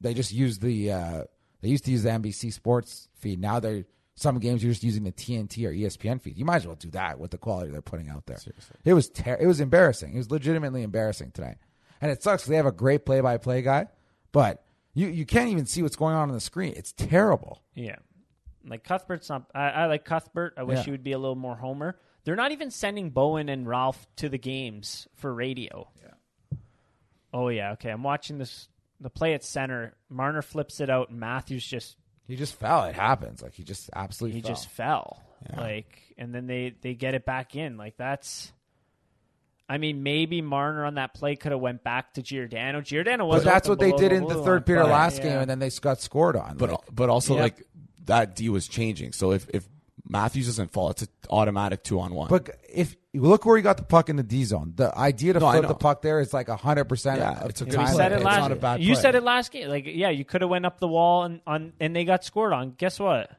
Speaker 4: they just use the uh they used to use the NBC Sports feed. Now they're some games you're just using the TNT or E ESPN feed. You might as well do that with the quality they're putting out there. It was ter- it was embarrassing. It was legitimately embarrassing tonight, and it sucks. 'cause They have a great play by play guy, but you you can't even see what's going on on the screen. It's terrible.
Speaker 2: Yeah. Like Cuthbert's not. I, I like Cuthbert. I wish
Speaker 4: Yeah.
Speaker 2: he would be a little more Homer. They're not even sending Bowen and Ralph to the games for radio. Yeah. Oh yeah. Okay. I'm watching this. The play at center. Marner flips it out, and Matthews just
Speaker 4: He just fell. It happens. Like he just absolutely.
Speaker 2: he
Speaker 4: fell.
Speaker 2: just fell. Like, and then they they get it back in. Like that's. I mean, maybe Marner on that play could have went back to Giordano. Giordano was.
Speaker 4: But that's
Speaker 2: open
Speaker 4: what they
Speaker 2: below
Speaker 4: did in the
Speaker 2: blue
Speaker 4: third
Speaker 2: line,
Speaker 4: period
Speaker 2: but-
Speaker 4: last
Speaker 2: yeah.
Speaker 4: game, and then they got scored on.
Speaker 3: But
Speaker 4: Like,
Speaker 3: but also
Speaker 2: Yeah.
Speaker 3: like that D was changing. So if if Matthews doesn't fall, it's an automatic two on one.
Speaker 4: but if you look where he got the puck in the D zone, the idea to
Speaker 3: No, I
Speaker 4: flip
Speaker 3: know.
Speaker 4: the puck there is like hundred percent.
Speaker 3: Yeah,
Speaker 4: of
Speaker 3: it's a
Speaker 4: the
Speaker 3: good
Speaker 2: You
Speaker 4: time
Speaker 3: play.
Speaker 2: said
Speaker 4: that
Speaker 2: it
Speaker 4: they
Speaker 3: It's
Speaker 2: last.
Speaker 3: not a bad
Speaker 2: you
Speaker 3: play.
Speaker 2: said it last game. Like, yeah, you could have went up the wall and on, and they got scored on. Guess what?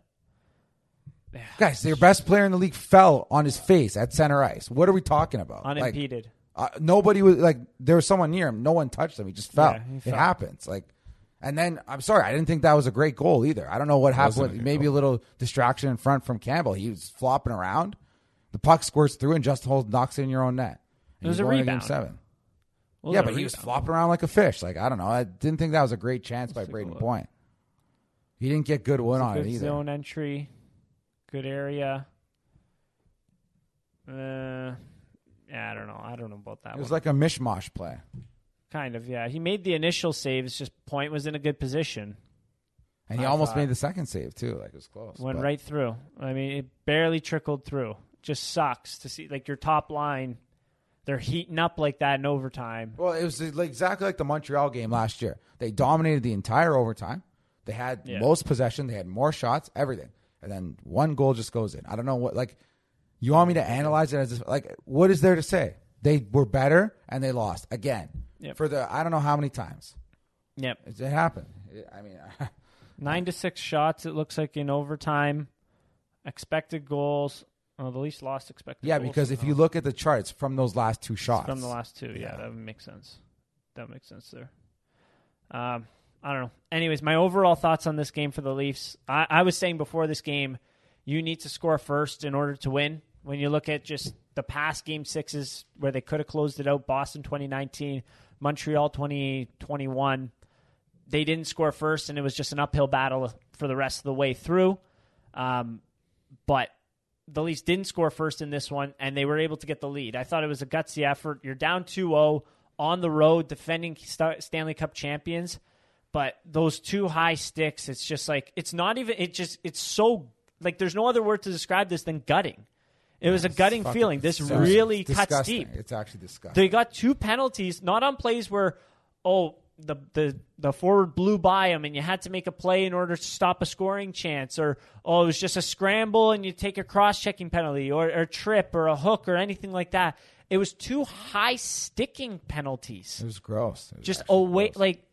Speaker 4: Guys, their best player in the league fell on his face at center ice. What are we talking about? Like,
Speaker 2: Unimpeded.
Speaker 4: uh, nobody was like there was someone near him. No one touched him. He just fell.
Speaker 2: Yeah, he
Speaker 4: it
Speaker 2: fell.
Speaker 4: happens. Like, and then I'm sorry, I didn't think that was a great goal either. I don't know what happened.
Speaker 3: wasn't a
Speaker 4: With,
Speaker 3: good
Speaker 4: maybe a little distraction in front from Campbell. He was flopping around. The puck squirts through and just holds knocks it in your own net. And
Speaker 2: It was
Speaker 4: you're
Speaker 2: a
Speaker 4: going to game
Speaker 2: rebound.
Speaker 4: Seven.
Speaker 2: What
Speaker 4: yeah,
Speaker 2: was
Speaker 4: but
Speaker 2: that
Speaker 4: he was
Speaker 2: rebound?
Speaker 4: flopping around like a fish. Like I don't know. I didn't think that was a great chance by Braden Point. He didn't get good one on
Speaker 2: good
Speaker 4: it either.
Speaker 2: zone entry, good area. Uh, yeah, I don't know. I don't know about that.
Speaker 4: It was
Speaker 2: one.
Speaker 4: like a mishmash play.
Speaker 2: kind of yeah. He made the initial saves. Just point was in a good position.
Speaker 4: And he
Speaker 2: I
Speaker 4: almost
Speaker 2: thought-
Speaker 4: made the second save too. Like it was close.
Speaker 2: Went
Speaker 4: but-
Speaker 2: right through. I mean, it barely trickled through. Just sucks to see like your top line. They're heating up like that in overtime.
Speaker 4: Well, it was like- exactly like the Montreal game last year. They dominated the entire overtime. They had
Speaker 2: Yeah.
Speaker 4: most possession. They had more shots. Everything, and then one goal just goes in. I don't know what. Like, you want me to analyze it as this, like what is there to say? They were better and they lost again
Speaker 2: Yep.
Speaker 4: for the I don't know how many times
Speaker 2: Yep.
Speaker 4: it it happened. It- I mean,
Speaker 2: Nine to six shots. It looks like in overtime. Expected goals. Oh, the least lost expected.
Speaker 4: yeah,
Speaker 2: goals
Speaker 4: because if
Speaker 2: somehow.
Speaker 4: you look at the charts from those last two shots,
Speaker 2: from the last two, yeah, that would make sense. That makes sense there. Um, I don't know. Anyways, my overall thoughts on this game for the Leafs. I, I was saying before this game, you need to score first in order to win. When you look at just the past game sixes where they could have closed it out, Boston 2019, Montreal 2021, they didn't score first, and it was just an uphill battle for the rest of the way through. Um, but the Leafs didn't score first in this one, and they were able to get the lead. I thought it was a gutsy effort. You're down 2 0 on the road, defending Sta- Stanley Cup champions, but those two high sticks, it's just like, it's not even, it just, it's so, like, there's no other word to describe this than gutting. It was a gutting
Speaker 4: fucking
Speaker 2: feeling. This
Speaker 4: disgusting.
Speaker 2: really cuts
Speaker 4: Disgusting.
Speaker 2: deep.
Speaker 4: It's actually disgusting.
Speaker 2: They got two penalties, not on plays where, oh, the the the forward blew by him and you had to make a play in order to stop a scoring chance, or oh, it was just a scramble and you take a cross checking penalty, or, or a trip, or a hook, or anything like that. It was two high sticking penalties,
Speaker 4: it was gross. It was
Speaker 2: just
Speaker 4: actually
Speaker 2: away,
Speaker 4: gross.
Speaker 2: like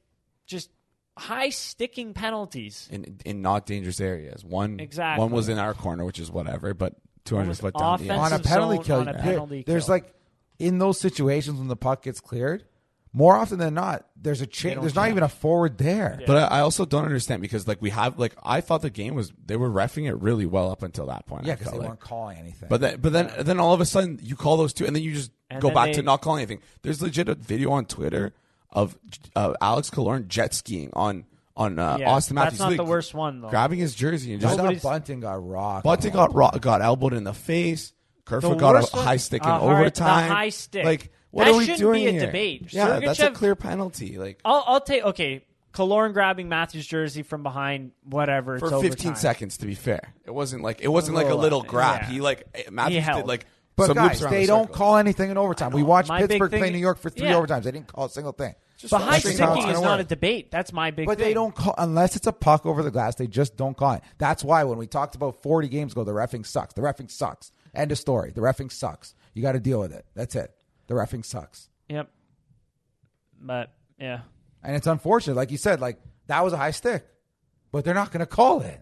Speaker 2: just high sticking penalties.
Speaker 3: in in not dangerous areas. One
Speaker 2: Exactly.
Speaker 3: one was in our corner, which is whatever, but 200
Speaker 2: was
Speaker 3: foot down. the
Speaker 2: offensive.
Speaker 3: end.
Speaker 4: on a penalty
Speaker 2: zone,
Speaker 4: kill.
Speaker 2: on a
Speaker 4: there-
Speaker 2: penalty
Speaker 4: there's
Speaker 2: kill.
Speaker 4: like in those situations when the puck gets cleared, more often than not, there's a
Speaker 2: They
Speaker 4: change.
Speaker 2: don't
Speaker 4: There's not
Speaker 2: check.
Speaker 4: even a forward there.
Speaker 3: But I, I also don't understand because like we have like I thought the game was they were refing it really well up until that point.
Speaker 4: Yeah,
Speaker 3: I
Speaker 4: because
Speaker 3: felt
Speaker 4: they
Speaker 3: like.
Speaker 4: weren't calling anything.
Speaker 3: But then, but then, then all of a sudden, you call those two, and then you just
Speaker 2: And
Speaker 3: go
Speaker 2: then
Speaker 3: back
Speaker 2: they-
Speaker 3: to not calling anything. There's legit a video on Twitter of uh, Alex Kalorn jet skiing on on uh,
Speaker 2: Yeah,
Speaker 3: Austin
Speaker 2: that's
Speaker 3: Matthews.
Speaker 2: not
Speaker 3: He's,
Speaker 2: the
Speaker 3: like,
Speaker 2: worst one, though.
Speaker 3: Grabbing his jersey and
Speaker 4: I
Speaker 3: just
Speaker 4: thought
Speaker 2: nobody's-
Speaker 4: Bunting got rocked.
Speaker 3: Bunting got ro- got elbowed in the face. Kerfoot
Speaker 2: The
Speaker 3: got
Speaker 2: worst
Speaker 3: a
Speaker 2: one-
Speaker 3: high stick in
Speaker 2: a hard-
Speaker 3: overtime.
Speaker 2: the high stick.
Speaker 3: Like what
Speaker 2: That
Speaker 3: are we
Speaker 2: shouldn't
Speaker 3: doing
Speaker 2: be a
Speaker 3: here?
Speaker 2: debate.
Speaker 3: Yeah, that's a
Speaker 2: Sergachev-
Speaker 3: clear penalty. Like
Speaker 2: I'll, I'll take okay. Kaloran grabbing Matthews' jersey from behind, whatever.
Speaker 3: for
Speaker 2: it's
Speaker 3: 15
Speaker 2: overtime.
Speaker 3: seconds, to be fair, it wasn't like it wasn't like a
Speaker 4: Little,
Speaker 3: little grab.
Speaker 2: yeah.
Speaker 3: He like eh, Matthews did
Speaker 2: held.
Speaker 3: like
Speaker 4: But
Speaker 3: some
Speaker 4: guys,
Speaker 3: loops around
Speaker 4: they
Speaker 3: the
Speaker 4: don't
Speaker 3: circle.
Speaker 4: call anything in overtime. We watched
Speaker 2: My big
Speaker 4: Pittsburgh
Speaker 2: thing-
Speaker 4: play New York for three
Speaker 2: yeah.
Speaker 4: overtimes. They did't call a single thing.
Speaker 3: Just
Speaker 2: But high
Speaker 3: frustrating
Speaker 4: how
Speaker 3: how
Speaker 4: it's
Speaker 2: sticking
Speaker 3: it's
Speaker 2: is
Speaker 4: gonna
Speaker 2: not a
Speaker 4: work.
Speaker 2: debate. That's my big.
Speaker 4: But they
Speaker 2: thing.
Speaker 4: don't call unless it's a puck over the glass. They just don't call it. That's why when we talked about 40 games ago, the refing sucks. The refing sucks. End of story. The refing sucks. You got to deal with it. That's it. The refing sucks,
Speaker 2: Yep. But yeah,
Speaker 4: and it's unfortunate. Like you said, like that was a high stick, but they're not going to call it.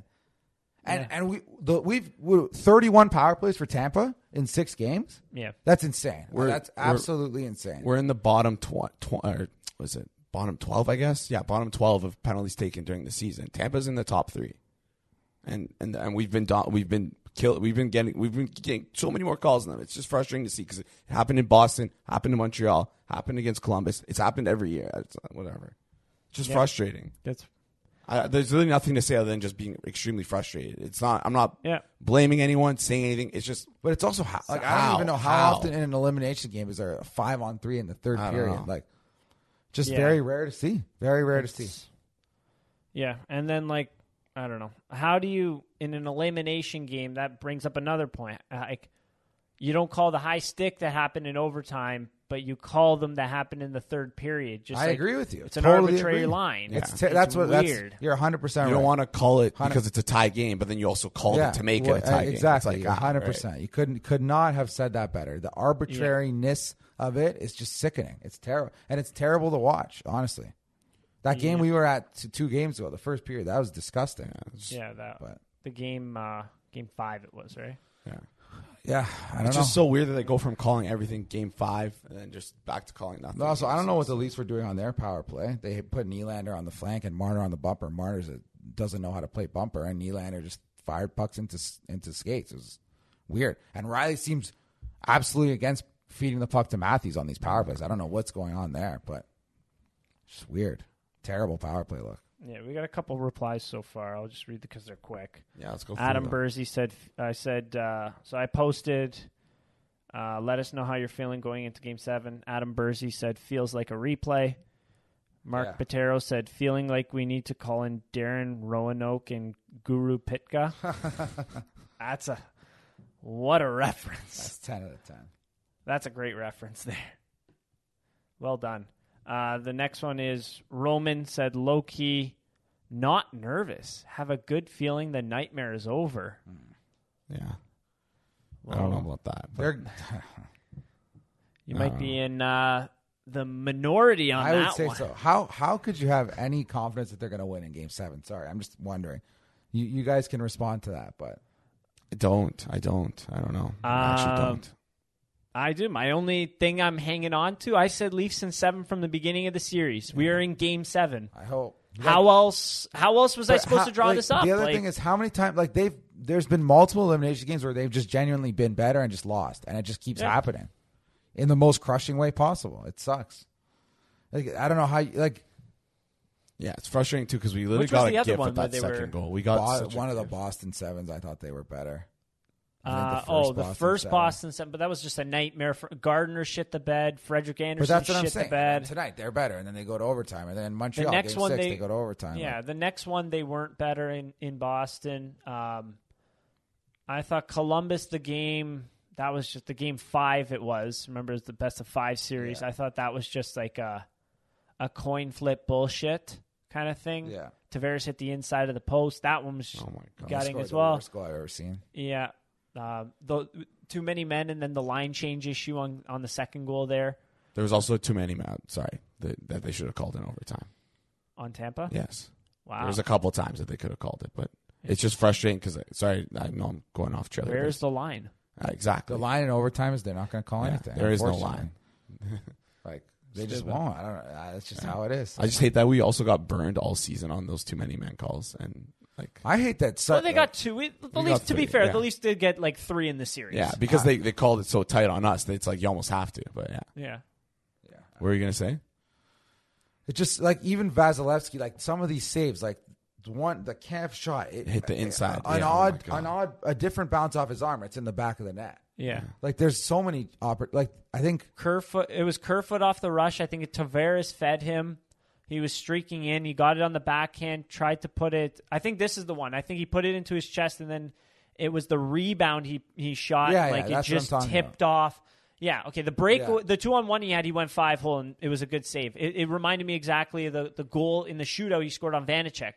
Speaker 4: And and we the, we've we, 31 power plays for Tampa in six games.
Speaker 2: Yeah.
Speaker 4: that's insane.
Speaker 3: We're-
Speaker 4: that's
Speaker 3: we're-
Speaker 4: absolutely insane.
Speaker 3: We're in the bottom tw- tw- or was it bottom 12, I guess? Yeah, bottom 12 of penalties taken during the season. Tampa's in the top 3. And and and we've been do- we've been kill we've been getting we've been getting so many more calls than them. It's just frustrating to see cuz it happened in Boston, happened in Montreal, happened against Columbus. It's happened every year. It's uh, whatever. Just frustrating.
Speaker 2: that's
Speaker 3: I, there's really nothing to say other than just being extremely frustrated. It's not I'm not
Speaker 2: Yeah.
Speaker 3: blaming anyone, saying anything. It's just
Speaker 4: But it's also how, like I
Speaker 3: how?
Speaker 4: don't even know how,
Speaker 3: How?
Speaker 4: often in an elimination game is there a five on three in the third
Speaker 3: I don't
Speaker 4: period.
Speaker 3: know.
Speaker 4: Like, just
Speaker 2: Yeah.
Speaker 4: very rare to see. Very rare to see.
Speaker 2: yeah. And then like I don't know. How do you in an elimination game that brings up another point? Uh, Like you don't call the high stick that happened in overtime, but you call them that happened in the third period. Just
Speaker 4: I
Speaker 2: like,
Speaker 4: agree with you.
Speaker 2: It's an
Speaker 4: Totally
Speaker 2: arbitrary
Speaker 4: agree.
Speaker 2: line.
Speaker 4: It's, te- that's what
Speaker 2: weird.
Speaker 4: that's you're 100 percent
Speaker 3: You
Speaker 4: right.
Speaker 3: don't want to call it because it's a tie game, but then you also call
Speaker 4: yeah,
Speaker 3: it to make
Speaker 4: well,
Speaker 3: it a tie
Speaker 4: uh,
Speaker 3: game.
Speaker 4: exactly.
Speaker 3: It's
Speaker 4: You're
Speaker 3: like, ah,
Speaker 4: 100.
Speaker 3: right.
Speaker 4: percent You couldn't could not have said that better. The arbitrariness of it is just sickening. It's terrible, and it's terrible to watch. Honestly, that game we were at t- two games ago, the first period, that was disgusting.
Speaker 2: yeah, that
Speaker 4: But-
Speaker 2: the game uh, game five it was right.
Speaker 4: Yeah, I don't
Speaker 3: It's
Speaker 4: know.
Speaker 3: just so weird that they go from calling everything game five and then just back to calling nothing.
Speaker 4: And also, I don't know what the Leafs were doing on their power play. They put Nylander on the flank and Marner on the bumper. Marner's a, doesn't know how to play bumper, and Nylander just fired pucks into s- into skates. It was weird. And Riley seems absolutely against feeding the puck to Matthews on these power plays. I don't know what's going on there, but it's weird. Terrible power play look.
Speaker 2: Yeah, we got a couple replies so far. I'll just read because they're quick.
Speaker 3: Yeah, let's go. through
Speaker 2: Adam
Speaker 3: them.
Speaker 2: Bursey said, I said, uh, so I posted, uh, let us know how you're feeling going into game seven. Adam Bursey said, feels like a replay. Mark
Speaker 4: Yeah.
Speaker 2: Patero said, feeling like we need to call in Darren Roanoke and Guru Pitka. That's a, what a reference.
Speaker 4: That's ten out of ten.
Speaker 2: That's a great reference there. Well done. Uh, the next one is Roman said, low key, not nervous. Have a good feeling the nightmare is over.
Speaker 3: Yeah, I don't know about that. but-
Speaker 4: They're,
Speaker 2: You might be in uh, the minority on
Speaker 4: Oh. I
Speaker 2: that
Speaker 4: would say
Speaker 2: one.
Speaker 4: so. How how could you have any confidence that they're going to win in Game Seven? Sorry, I'm just wondering. You you guys can respond to that, but
Speaker 3: I don't. I don't. I don't know. I actually
Speaker 2: Um,
Speaker 3: don't.
Speaker 2: I do. My only thing I'm hanging on to, I said Leafs in seven from the beginning of the series.
Speaker 4: Mm-hmm.
Speaker 2: We are in Game Seven.
Speaker 4: I hope
Speaker 2: How else? How else was I
Speaker 4: But
Speaker 2: supposed
Speaker 4: how-
Speaker 2: to draw
Speaker 4: like,
Speaker 2: this up?
Speaker 4: The other
Speaker 2: Like,
Speaker 4: thing is how many times like they've there's been multiple elimination games where they've just genuinely been better and just lost, and it just keeps
Speaker 2: Yeah.
Speaker 4: happening in the most crushing way possible. It sucks. Like I don't know how you, like
Speaker 3: Yeah, it's frustrating too because we literally
Speaker 2: Which was
Speaker 3: got
Speaker 2: the
Speaker 3: a
Speaker 2: other
Speaker 3: gift
Speaker 2: one
Speaker 3: with
Speaker 2: where
Speaker 3: that
Speaker 2: they
Speaker 3: second
Speaker 2: were-
Speaker 3: goal. We got
Speaker 4: Bo-
Speaker 3: such a
Speaker 4: one of the
Speaker 3: gift.
Speaker 4: Boston Sevens. I thought they were better. I
Speaker 2: uh,
Speaker 4: think the
Speaker 2: oh, the
Speaker 4: first Boston
Speaker 2: first
Speaker 4: seven.
Speaker 2: Boston seven, but that was just a nightmare. For, Gardner shit the bed. Frederick
Speaker 4: But
Speaker 2: Anderson
Speaker 4: that's
Speaker 2: shit
Speaker 4: what I'm
Speaker 2: the
Speaker 4: saying.
Speaker 2: bed.
Speaker 4: Tonight they're better, and then they go to overtime, and then Montreal
Speaker 2: next
Speaker 4: game
Speaker 2: one,
Speaker 4: six,
Speaker 2: they-
Speaker 4: they, go to overtime.
Speaker 2: Yeah, the next one they weren't better in in Boston. Um, I thought Columbus the game that was just the game five. It was remember it's the best of five series. I thought that was just like a a coin flip bullshit kind of thing.
Speaker 4: Yeah.
Speaker 2: Tavares hit the inside of the post. That one was
Speaker 3: Oh my god.
Speaker 2: gutting
Speaker 4: Scored
Speaker 2: as
Speaker 4: the
Speaker 2: well.
Speaker 4: Worst goal I've ever seen.
Speaker 2: Yeah. Uh, the, too many men, and then the line change issue on, on the second goal there
Speaker 3: There was also too many men. Sorry, that, that they should have called in overtime.
Speaker 2: on Tampa.
Speaker 3: Yes,
Speaker 2: Wow.
Speaker 3: there was a couple times that they could have called it, but it's just frustrating because sorry, I know I'm going off trailer.
Speaker 2: Where's the line?
Speaker 3: but- uh, exactly
Speaker 4: The line in overtime is they're not going to call
Speaker 3: Yeah,
Speaker 4: anything.
Speaker 3: there is no
Speaker 4: unfortunately.
Speaker 3: line.
Speaker 4: Like they just
Speaker 3: Stupid.
Speaker 4: won't. I don't. know. Uh, That's just how it is.
Speaker 3: I just hate that we also got burned all season on those too many men calls and like
Speaker 4: I hate that. So,
Speaker 2: Well, they got two. It- The
Speaker 3: uh, got
Speaker 2: Leafs, to be
Speaker 3: three,
Speaker 2: fair,
Speaker 3: yeah.
Speaker 2: the Leafs did get like three in the series.
Speaker 3: yeah because they, they called it so tight on us that it's like you almost have to. But yeah,
Speaker 2: Yeah.
Speaker 3: what were you gonna say?
Speaker 4: It's just like even Vasilevsky, like some of these saves, like the one the calf shot, it
Speaker 3: Hit the inside.
Speaker 4: An
Speaker 3: Yeah, oh
Speaker 4: odd,
Speaker 3: my God.
Speaker 4: an odd, a different bounce off his arm. It's in the back of the net.
Speaker 2: Yeah.
Speaker 4: Like there's so many oper- Like I think
Speaker 2: Kerfoot. It was Kerfoot off the rush. I think Tavares fed him. He was streaking in. He got it on the backhand. Tried to put it. I think this is the one. I think he put it into his chest, and then it was the rebound he he shot.
Speaker 4: Yeah, yeah,
Speaker 2: like it
Speaker 4: that's what I'm
Speaker 2: just
Speaker 4: talking about.
Speaker 2: tipped off. Yeah. Okay. The break.
Speaker 4: Yeah.
Speaker 2: The two on one he had. He went five hole, and it was a good save. It, it reminded me exactly of the the goal in the shootout he scored on Vanacek.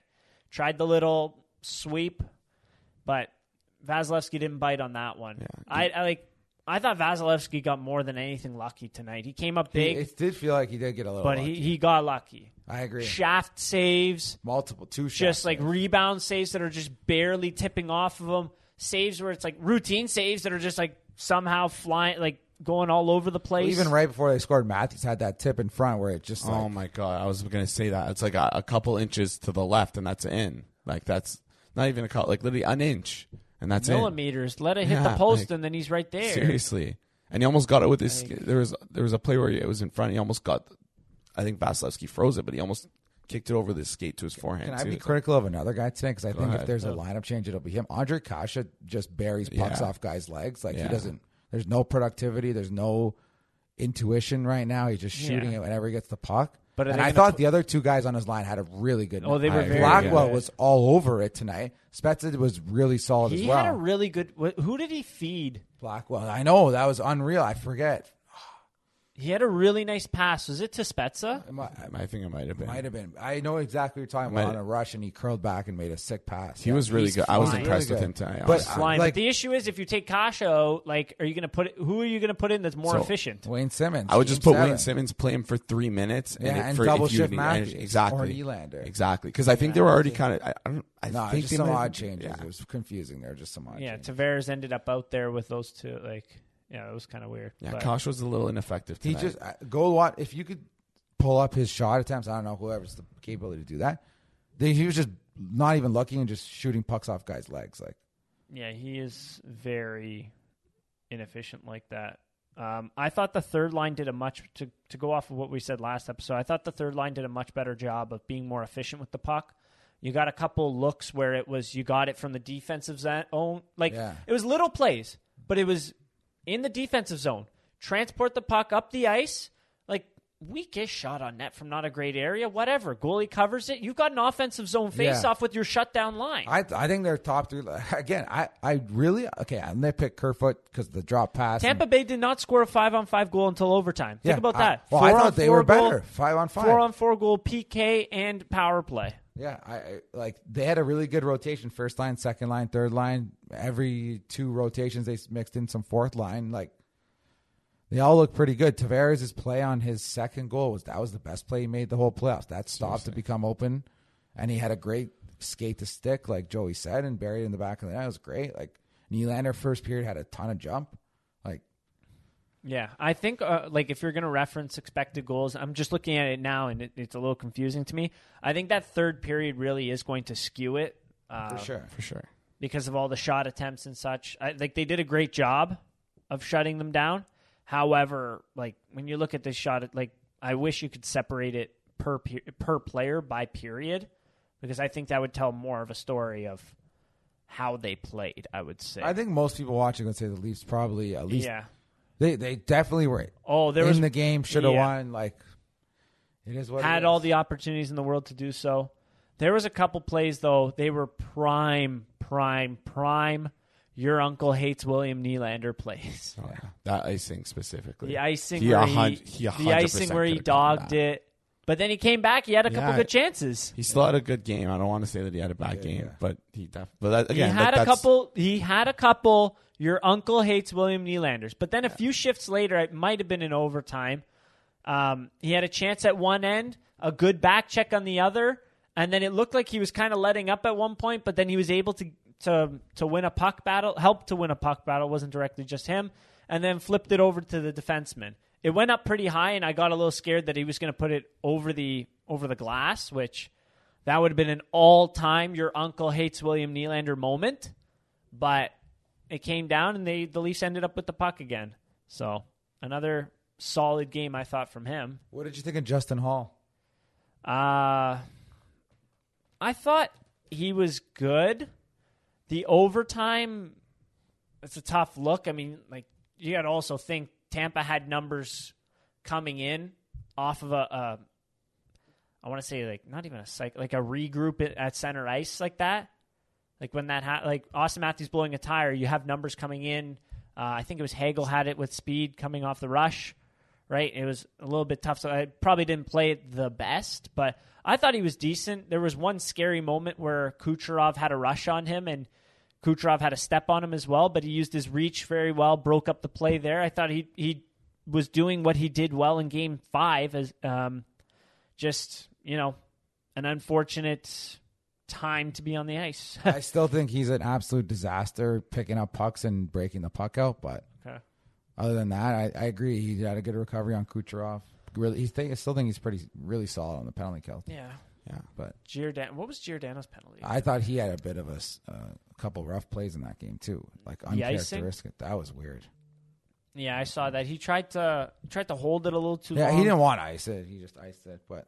Speaker 2: Tried the little sweep, but Vasilevsky didn't bite on that one. I, I like. I thought Vasilevsky got more than anything lucky tonight. He came up big,
Speaker 4: it did feel like he did get a little.
Speaker 2: but he,
Speaker 4: lucky.
Speaker 2: he got lucky.
Speaker 4: I agree.
Speaker 2: Shaft saves,
Speaker 4: Multiple two shots.
Speaker 2: just like rebound saves that are just barely tipping off of him. Saves where it's like routine saves that are just like somehow flying, like going all over the place.
Speaker 4: even right before they scored, Matthews had that tip in front where it just like,
Speaker 3: oh my god, I was gonna say that it's like a, a couple inches to the left and that's in. Like that's not even a couple, like literally an inch and that's in.
Speaker 2: millimeters. Let it hit the
Speaker 3: Yeah,
Speaker 2: post,
Speaker 3: like,
Speaker 2: and then he's right there.
Speaker 3: Seriously, and he almost got it with his. there was there was a play where it was in front. He almost got. I think Vasilevsky froze it, but he almost kicked it over the skate to his forehand.
Speaker 4: Can I
Speaker 3: too.
Speaker 4: be critical of another guy today? Because I think if
Speaker 3: ahead.
Speaker 4: there's a lineup change, it'll be him. Andre Kasha just buries pucks
Speaker 3: Yeah.
Speaker 4: off guys' legs. Like he
Speaker 3: Yeah.
Speaker 4: doesn't. There's no productivity. There's no intuition right now. He's just shooting
Speaker 2: Yeah.
Speaker 4: it whenever he gets the puck.
Speaker 2: But
Speaker 4: But
Speaker 2: are
Speaker 4: and
Speaker 2: they
Speaker 4: I
Speaker 2: gonna
Speaker 4: thought
Speaker 2: pl-
Speaker 4: the other two guys on his line had a really good.
Speaker 2: Oh, they
Speaker 4: night.
Speaker 2: were
Speaker 3: I agree,
Speaker 2: very
Speaker 4: Blackwell
Speaker 2: good.
Speaker 4: was all over it tonight. Spezza was really solid
Speaker 2: He
Speaker 4: as well.
Speaker 2: had a really good. wh- Who did he feed?
Speaker 4: Blackwell, I know that was unreal. I forget.
Speaker 2: He had a really nice pass. Was it to Spezza?
Speaker 4: It mi-
Speaker 3: I think it might have been.
Speaker 4: Might have been. I know exactly what you're talking about.
Speaker 3: Might-
Speaker 4: On a rush, and he curled back and made a sick pass.
Speaker 3: He
Speaker 4: Yeah.
Speaker 3: was really
Speaker 2: He's
Speaker 3: good. I was
Speaker 2: flying.
Speaker 3: impressed
Speaker 4: Really
Speaker 3: with him
Speaker 4: good.
Speaker 3: tonight.
Speaker 4: But
Speaker 3: honestly.
Speaker 4: I-
Speaker 2: line.
Speaker 4: like-
Speaker 2: but the issue is if you take Kasha, out, like, are you going to put it? Who are you going to put in that's more
Speaker 3: So-
Speaker 2: efficient?
Speaker 4: Wayne Simmons.
Speaker 3: I would just
Speaker 4: game
Speaker 3: put Wayne
Speaker 4: seven.
Speaker 3: Simmons play him for three minutes, and,
Speaker 4: Yeah,
Speaker 3: it-
Speaker 4: and
Speaker 3: for,
Speaker 4: double
Speaker 3: if you
Speaker 4: shift
Speaker 3: need energy.
Speaker 4: Matthews or
Speaker 3: exactly,
Speaker 4: Nylander.
Speaker 3: exactly. Because I think they were already kind of. I, I don't. I
Speaker 4: No,
Speaker 3: think
Speaker 4: just
Speaker 3: they
Speaker 4: some
Speaker 3: might-
Speaker 4: odd changes.
Speaker 3: Yeah.
Speaker 4: It was confusing. There were just some odd
Speaker 2: Yeah,
Speaker 4: changes.
Speaker 2: Tavares ended up out there with those two. Like, yeah, it was kind of weird.
Speaker 3: Yeah,
Speaker 2: but-
Speaker 3: Kosh was a little ineffective
Speaker 4: He
Speaker 3: tonight.
Speaker 4: just uh, go watch. If you could pull up his shot attempts, I don't know whoever's the capability to do that. They, he was just not even lucky and just shooting pucks off guys' legs. Like
Speaker 2: yeah, he is very inefficient like that. Um, I thought the third line did a much to to go off of what we said last episode. I thought the third line did a much better job of being more efficient with the puck. You got a couple looks where it was you got it from the defensive zone, like
Speaker 4: Yeah.
Speaker 2: it was little plays, but it was in the defensive zone. Transport the puck up the ice, like weakest shot on net from not a great area, whatever. Goalie covers it. You've got an offensive zone
Speaker 4: Yeah.
Speaker 2: face off with your shutdown line.
Speaker 4: I, I think they're top three. Again, I, I really okay. I nitpick Kerfoot because the drop pass. and-
Speaker 2: Tampa Bay did not score a five on five goal until overtime.
Speaker 4: Yeah,
Speaker 2: Think about
Speaker 4: I-
Speaker 2: that.
Speaker 4: well, I
Speaker 2: Four
Speaker 4: thought
Speaker 2: on
Speaker 4: they
Speaker 2: four
Speaker 4: were
Speaker 2: goal-
Speaker 4: better. Five on five.
Speaker 2: Four on four goal PK and power play.
Speaker 4: yeah, I, I like they had a really good rotation. First line, second line, third line. Every two rotations, they s- mixed in some fourth line. Like they all look pretty good. Tavares' play on his second goal was that was the best play he made the whole playoffs. That stopped to become open, and he had a great skate to stick, like Joey said, and buried in the back of the net. It was great. Like Nylander first period had a ton of jump. Like
Speaker 2: Yeah, I think uh, like if you're going to reference expected goals, I'm just looking at it now and it, it's a little confusing to me. I think that third period really is going to skew it uh,
Speaker 4: for sure.
Speaker 3: for sure.
Speaker 2: because of all the shot attempts and such. I, like they did a great job of shutting them down. However, like when you look at this shot, it- like I wish you could separate it per pe- per player by period because I think that would tell more of a story of how they played. I would say.
Speaker 4: I think most people watching would say the Leafs probably at least
Speaker 2: yeah.
Speaker 4: they they definitely were
Speaker 2: Oh, there
Speaker 4: in
Speaker 2: was
Speaker 4: the game. Should have
Speaker 2: yeah.
Speaker 4: won. Like it is what
Speaker 2: had
Speaker 4: it
Speaker 2: all
Speaker 4: is.
Speaker 2: the opportunities in the world to do so. There was a couple plays though; they were prime, prime, prime your uncle hates William Nylander plays.
Speaker 3: Oh, yeah. That icing specifically.
Speaker 2: The icing
Speaker 3: He
Speaker 2: where
Speaker 3: a
Speaker 2: he,
Speaker 3: hun- he a
Speaker 2: the
Speaker 3: hundred
Speaker 2: icing
Speaker 3: percent
Speaker 2: where he
Speaker 3: could've come
Speaker 2: dogged
Speaker 3: back.
Speaker 2: it. But then he came back. He had a couple
Speaker 3: Yeah.
Speaker 2: good chances.
Speaker 3: He still had a good game. I don't want to say that he had a bad game, but he def- but that, again,
Speaker 2: he
Speaker 3: that-
Speaker 2: had a
Speaker 3: that's-
Speaker 2: couple. He had a couple. Your uncle hates William Nylanders. But then a few shifts later, it might have been in overtime. Um, he had a chance at one end, a good back check on the other, and then it looked like he was kind of letting up at one point. But then he was able to to to win a puck battle, help to win a puck battle. It wasn't directly just him, and then flipped it over to the defenseman. It went up pretty high, and I got a little scared that he was going to put it over the over the glass, which that would have been an all time your uncle hates William Nylander moment, but it came down and they the Leafs ended up with the puck again. So another solid game I thought from him.
Speaker 4: What did you think of Justin Hall?
Speaker 2: Uh I thought he was good. The overtime it's a tough look. I mean, like you gotta also think Tampa had numbers coming in off of a, a I want to say like not even a cycle, like a regroup it at center ice like that. Like when that ha- like Austin Matthews blowing a tire, you have numbers coming in. Uh, I think it was Hagel had it with speed coming off the rush, right? It was a little bit tough, so I probably didn't play it the best, but I thought he was decent. There was one scary moment where Kucherov had a rush on him and. Kucherov had a step on him as well, but he used his reach very well, broke up the play there. I thought he he was doing what he did well in Game Five, as um, just you know an unfortunate time to be on the ice.
Speaker 4: I still think he's an absolute disaster picking up pucks and breaking the puck out. But
Speaker 2: Okay.
Speaker 4: other than that, I, I agree. He had a good recovery on Kucherov. Really, he think, I still think he's pretty really solid on the penalty kill.
Speaker 2: yeah,
Speaker 3: Yeah.
Speaker 4: But
Speaker 2: Giordano. What was Giordano's penalty?
Speaker 4: I thought he had a bit of a s- uh, couple rough plays in that game too, like
Speaker 2: icing?
Speaker 4: uncharacteristic. That was weird.
Speaker 2: yeah, I saw that he tried to tried to hold it a little too
Speaker 4: Yeah,
Speaker 2: long.
Speaker 4: he didn't want to ice it. He just iced it. But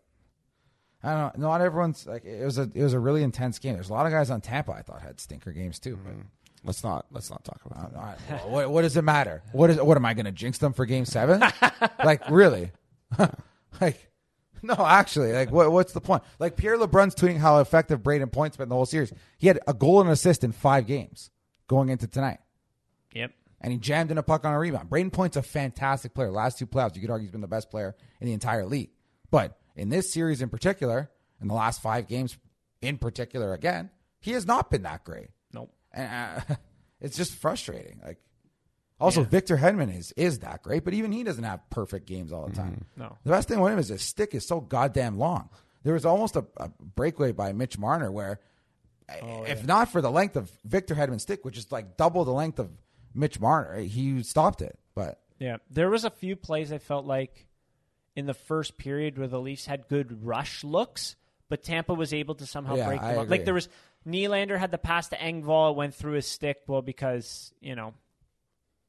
Speaker 4: I don't know. Not everyone's like it was a it was a really intense game. There's a lot of guys on Tampa I thought had stinker games too.
Speaker 3: Let's not let's not talk about
Speaker 4: But
Speaker 3: that.
Speaker 4: all right, well, what, what does it matter? What is what am I going to jinx them for game seven? like really? like no, actually, like what what's the point? Like Pierre LeBrun's tweeting how effective Braden Point's been the whole series. He had a goal and an assist in five games going into tonight.
Speaker 2: Yep.
Speaker 4: and he jammed in a puck on a rebound. Braden Point's a fantastic player. Last two playoffs, you could argue he's been the best player in the entire league. But in this series in particular, in the last five games in particular again, he has not been that great.
Speaker 2: Nope.
Speaker 4: And uh, it's just frustrating. Like also Victor Hedman is is that great, but even he doesn't have perfect games all
Speaker 2: Mm-hmm.
Speaker 4: the time.
Speaker 2: No.
Speaker 4: The best thing with him is his stick is so goddamn long. There was almost a, a breakaway by Mitch Marner where
Speaker 2: Oh,
Speaker 4: if not for the length of Victor Hedman's stick, which is like double the length of Mitch Marner, he stopped it. But
Speaker 2: Yeah, there was a few plays I felt like in the first period where the Leafs had good rush looks, but Tampa was able to somehow
Speaker 4: Yeah,
Speaker 2: break them
Speaker 4: I
Speaker 2: up. Like
Speaker 4: agree.
Speaker 2: there was Nylander had the pass to Engvall, it went through his stick. Well, because you know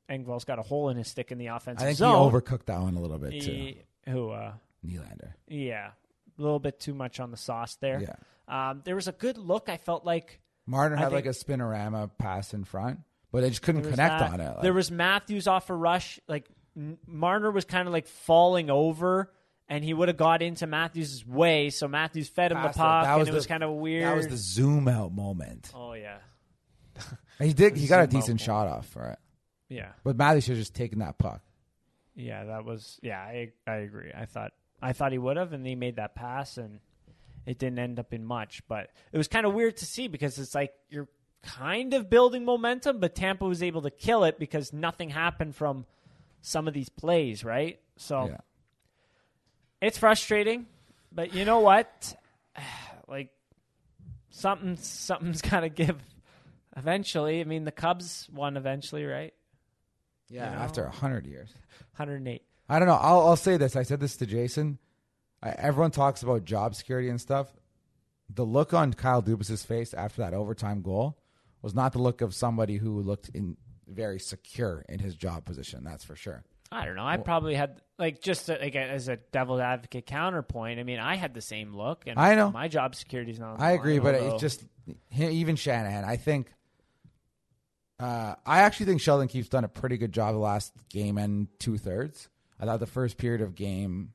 Speaker 2: Engvall's got a hole in his stick in the
Speaker 4: I
Speaker 2: offensive
Speaker 4: think
Speaker 2: zone.
Speaker 4: he overcooked that one a little bit too.
Speaker 2: He- who? Uh,
Speaker 4: Nylander.
Speaker 2: yeah, a little bit too much on the sauce there.
Speaker 4: Yeah.
Speaker 2: Um, there was a good look. I felt like
Speaker 4: Marner
Speaker 2: I
Speaker 4: had like a
Speaker 2: think-
Speaker 4: spinorama pass in front, but they just couldn't
Speaker 2: There was
Speaker 4: connect
Speaker 2: that.
Speaker 4: on it. Like,
Speaker 2: there was Matthews off a rush. Like N- Marner was kind of like falling over, and he would have got into Matthews' way. So Matthews fed him the
Speaker 4: passed it.
Speaker 2: puck,
Speaker 4: That
Speaker 2: and
Speaker 4: was
Speaker 2: it
Speaker 4: the-
Speaker 2: was kind of weird.
Speaker 4: That was the zoom out moment.
Speaker 2: oh yeah,
Speaker 4: He did. He got
Speaker 2: zoom
Speaker 4: a
Speaker 2: out
Speaker 4: decent shot off for it,
Speaker 2: yeah,
Speaker 4: but Matthews should have just taken that puck.
Speaker 2: yeah. That was yeah. I I agree. I thought I thought he would have, and he made that pass, and it didn't end up in much. But it was kind of weird to see because it's like you're kind of building momentum, but Tampa was able to kill it because nothing happened from some of these plays, right? So.
Speaker 4: Yeah.
Speaker 2: It's frustrating, but you know what? like something something's got to give eventually. I mean, the Cubs won eventually, right?
Speaker 4: Yeah,
Speaker 2: You know?
Speaker 4: after a hundred years.
Speaker 2: 108.
Speaker 4: I don't know. I'll, I'll say this. I said this to Jason. I, everyone talks about job security and stuff. The look on Kyle Dubas's face after that overtime goal was not the look of somebody who looked in very secure in his job position. That's for sure.
Speaker 2: I don't know. I probably had like just uh, like as a devil advocate counterpoint. I mean, I had the same look, and
Speaker 4: I know.
Speaker 2: my job security's not. on the
Speaker 4: I agree,
Speaker 2: line,
Speaker 4: but
Speaker 2: although-
Speaker 4: it's just he- even Shanahan. I think. Uh, I actually think Sheldon Keefe's done a pretty good job the last game and two thirds. I thought the first period of game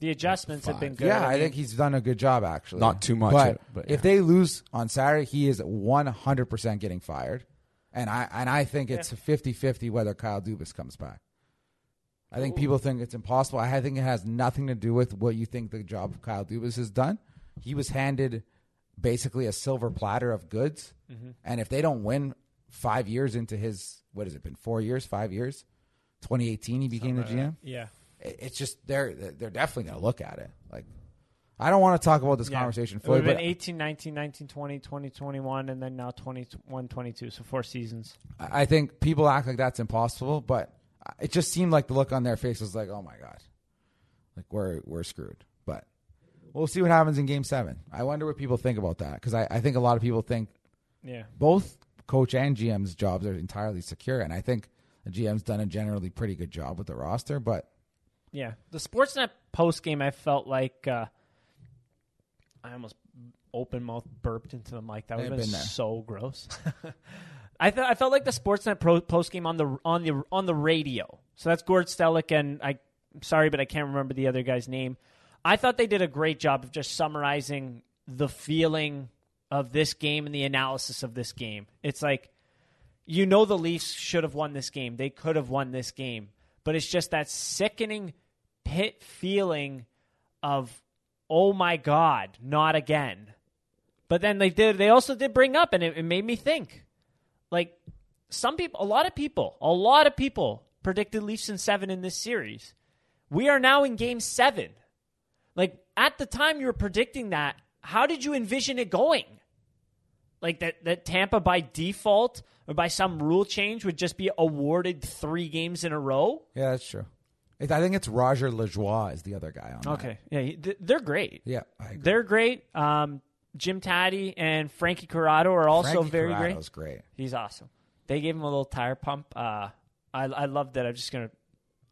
Speaker 2: the adjustments have been good.
Speaker 4: Yeah, I,
Speaker 2: mean,
Speaker 4: think he's done a good job actually.
Speaker 3: Not too much,
Speaker 4: but,
Speaker 3: but
Speaker 4: if
Speaker 3: yeah.
Speaker 4: they lose on Saturday, he is one hundred percent getting fired. And I and I think it's 50-50 whether Kyle Dubas comes back. I think people think it's impossible. I think it has nothing to do with what you think the job of Kyle Dubas has done. He was handed basically a silver platter of goods,
Speaker 2: Mm-hmm.
Speaker 4: and if they don't win five years into his what has it been four years, five years, 2018 he became the GM.
Speaker 2: Yeah.
Speaker 4: It- It's just they're they're definitely going to look at it. Like I don't want to talk about this conversation,
Speaker 2: It would
Speaker 4: fully,
Speaker 2: have been
Speaker 4: but
Speaker 2: 18, 19, 19, 20, 20, 21, and then now 21, 22. So four seasons.
Speaker 4: I I think people act like that's impossible, but it just seemed like the look on their face was like, "Oh my god, like we're we're screwed." But we'll see what happens in Game Seven. I wonder what people think about that because I, I think a lot of people think
Speaker 2: Yeah.
Speaker 4: both coach and GM's jobs are entirely secure, and I think the GM's done a generally pretty good job with the roster. But
Speaker 2: Yeah. The Sportsnet post game, I felt like uh, I almost open mouth burped into the mic. That would have
Speaker 4: I've
Speaker 2: been,
Speaker 4: been there.
Speaker 2: so gross. I thought I felt like the Sportsnet pro- post game on the on the on the radio. So that's Gord Stellick and I. I'm sorry, but I can't remember the other guy's name. I thought they did a great job of just summarizing the feeling of this game and the analysis of this game. It's like you know the Leafs should have won this game. They could have won this game. But it's just that sickening pit feeling of oh my god, not again. But then they did they also did bring up and it, it made me think. Like some people a lot of people, a lot of people predicted Leafs in 7 in this series. We are now in game 7. Like at the time you were predicting that, how did you envision it going? Like that that Tampa by default or by some rule change would just be awarded 3 games in a row?
Speaker 4: yeah, that's true. It, I think it's Roger Lajoie is the other guy on. that.
Speaker 2: Yeah, he- th- they're great.
Speaker 4: Yeah, I agree.
Speaker 2: They're great. Um, Jim Taddy and Frankie Corrado are also
Speaker 4: Frankie
Speaker 2: very
Speaker 4: Corrado's
Speaker 2: great.
Speaker 4: great.
Speaker 2: He's awesome. They gave him a little tire pump. Uh, I I loved that. I'm just gonna.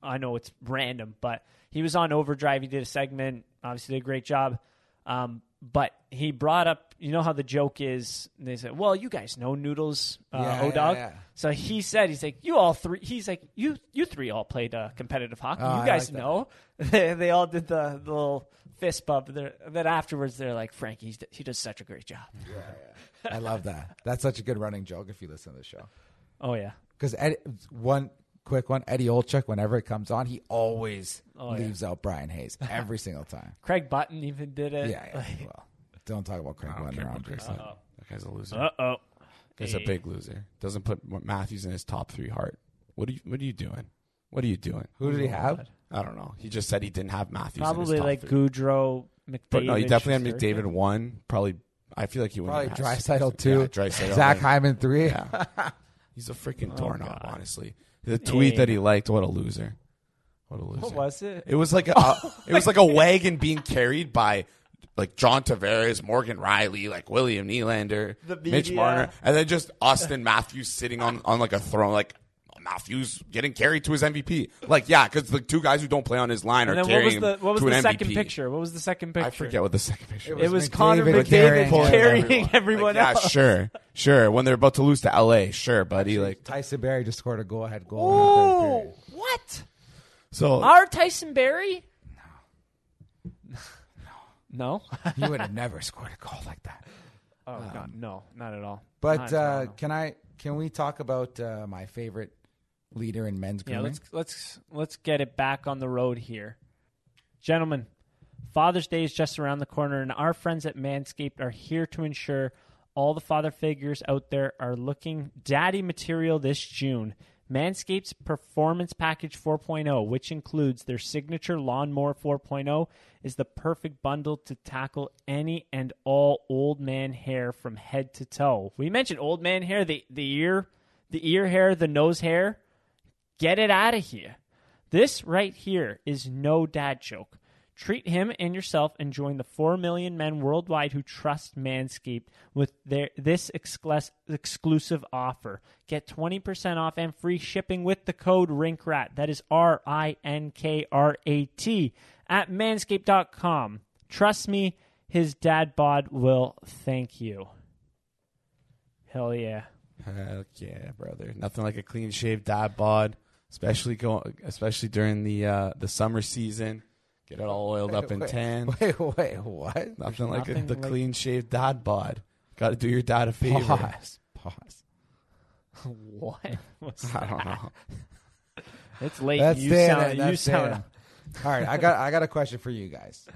Speaker 2: I know it's random, but he was on Overdrive. He did a segment. Obviously, did a great job. Um, but he brought up, you know how the joke is. And they said, "Well, you guys know Noodles, uh,
Speaker 4: Yeah,
Speaker 2: O Dog."
Speaker 4: yeah, yeah.
Speaker 2: So he said, "He's like you all three. He's like you you three all played uh, competitive hockey.
Speaker 4: Oh,
Speaker 2: you
Speaker 4: I
Speaker 2: guys
Speaker 4: like that.
Speaker 2: know." they, they all did the, the little fist bump. They're- Then afterwards, they're like, "Frankie, he's- he does such a great job."
Speaker 4: Mm-hmm. I love that. That's such a good running joke if you listen to the show.
Speaker 2: Oh yeah.
Speaker 4: Because one quick one, Eddie Olchuk, whenever it comes on, he always
Speaker 2: Oh, yeah.
Speaker 4: leaves out Brian Hayes every single time.
Speaker 2: Craig Button even did
Speaker 4: Yeah,
Speaker 2: it.
Speaker 4: yeah. well, don't talk about Craig Button around Chris.
Speaker 3: That guy's a loser.
Speaker 2: Uh oh.
Speaker 3: He's a big loser. Doesn't put Matthews in his top three heart. What are you? What are you doing? What are you doing?
Speaker 4: Who did he have?
Speaker 3: I don't know. He just said he didn't have Matthews. in
Speaker 2: Probably
Speaker 3: his top
Speaker 2: like
Speaker 3: three.
Speaker 2: Goudreau, McDavid.
Speaker 3: But no, he definitely had
Speaker 2: Shusterkin.
Speaker 3: McDavid one. Probably, I feel like he would
Speaker 4: Probably
Speaker 3: have had
Speaker 4: Drysaddle
Speaker 3: six.
Speaker 4: two,
Speaker 3: Yeah, Draisaitl.
Speaker 4: Zach
Speaker 3: Like,
Speaker 4: Hyman three.
Speaker 3: Yeah. He's a freaking doorknob,
Speaker 2: God.
Speaker 3: honestly. The tweet
Speaker 2: Yeah.
Speaker 3: that he liked, what a loser. What a loser.
Speaker 2: What was it?
Speaker 3: It was like a,
Speaker 2: Oh
Speaker 3: uh, it was like a wagon being carried by like John Tavares, Morgan Riley, like William Nylander,
Speaker 2: The
Speaker 3: Mitch
Speaker 2: media.
Speaker 3: Marner, and then just Austin Matthews sitting on on like a throne, like Matthews getting carried to his MVP. Like yeah, because the two guys who don't play on his line are
Speaker 2: And then what
Speaker 3: carrying
Speaker 2: was the
Speaker 3: him
Speaker 2: what was
Speaker 3: to
Speaker 2: the
Speaker 3: an
Speaker 2: second
Speaker 3: MVP.
Speaker 2: picture? What was the second picture?
Speaker 3: I forget what the second picture.
Speaker 2: It
Speaker 3: was.
Speaker 2: was
Speaker 4: was
Speaker 2: Connor
Speaker 4: McDavid
Speaker 2: McDavid
Speaker 4: carrying
Speaker 2: carrying,
Speaker 4: everyone.
Speaker 2: everyone
Speaker 3: Like,
Speaker 2: else.
Speaker 3: Yeah, sure, sure. When they're about to lose to LA, sure, buddy. Like
Speaker 4: Tyson Berry just scored a go ahead goal. in the third
Speaker 2: Oh,
Speaker 4: period.
Speaker 2: what?
Speaker 3: so.
Speaker 2: Our Tyson Berry? No. No.
Speaker 4: He would have never scored a goal like that.
Speaker 2: Oh God, no, not at all. Not
Speaker 4: But
Speaker 2: in
Speaker 4: uh,
Speaker 2: Toronto.
Speaker 4: can I? Can we talk about uh, my favorite leader in men's
Speaker 2: yeah,
Speaker 4: grooming?
Speaker 2: let's let's let's get it back on the road here, gentlemen. Father's Day is just around the corner, and our friends at Manscaped are here to ensure all the father figures out there are looking daddy material this June. Manscaped's Performance Package 4.0, which includes their signature Lawnmower 4.0, is the perfect bundle to tackle any and all old man hair from head to toe. We mentioned old man hair, the, the ear, the ear hair, the nose hair. Get it out of here. This right here is no dad joke. Treat him and yourself and join the 4 million men worldwide who trust Manscaped with their this exclus- exclusive offer. Get 20% off and free shipping with the code RINKRAT. That is R I N K R A T at manscaped.com. Trust me, his dad bod will thank you. Hell yeah.
Speaker 3: Heck yeah, brother! Nothing like a clean shaved dad bod, especially go, especially during the uh, the summer season. Get it all oiled up and tan.
Speaker 4: Wait, wait, what?
Speaker 3: Nothing like
Speaker 2: nothing
Speaker 3: the
Speaker 2: like-
Speaker 3: clean shaved dad bod. Got to do your dad a favor.
Speaker 4: Pause. Pause.
Speaker 2: what? was
Speaker 3: I
Speaker 2: that?
Speaker 3: don't know.
Speaker 2: It's late.
Speaker 4: That's
Speaker 2: you
Speaker 4: Dan,
Speaker 2: sound.
Speaker 4: that's
Speaker 2: you sound.
Speaker 4: Dan. All right, I got I got a question for you guys.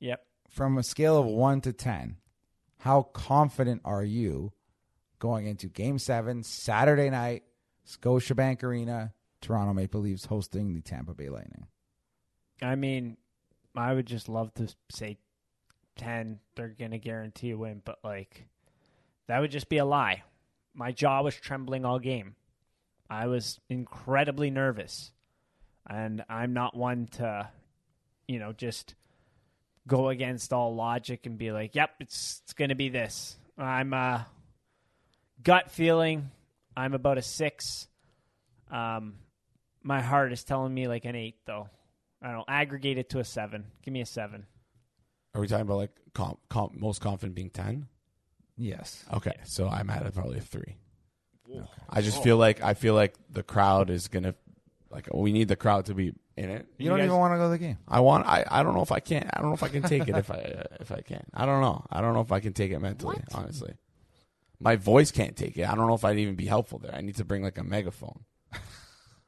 Speaker 2: Yep.
Speaker 4: From a scale of one to ten, how confident are you going into Game Seven Saturday night, Scotiabank Arena, Toronto Maple Leafs hosting the Tampa Bay Lightning?
Speaker 2: I mean, I would just love to say ten. They're gonna guarantee a win, but like that would just be a lie. My jaw was trembling all game. I was incredibly nervous, and I'm not one to, you know, just go against all logic and be like, "Yep, it's it's gonna be this." I'm uh, gut feeling. I'm about a six. Um, my heart is telling me like an eight, though. I don't know, aggregate it to a seven. Give me a seven.
Speaker 3: Are we talking about like comp, comp, most confident being ten?
Speaker 4: Yes.
Speaker 3: Okay, so I'm at a, probably a three. I just feel like I feel like the crowd is gonna like we need the crowd to be in it.
Speaker 4: You, don't
Speaker 2: guys-
Speaker 4: even want to go to the game.
Speaker 3: I want I, I don't know if I can I don't know if I can take it if I uh, if I can I don't know I don't know if I can take it mentally honestly. My voice can't take it. I don't know if I'd even be helpful there. I need to bring like a megaphone.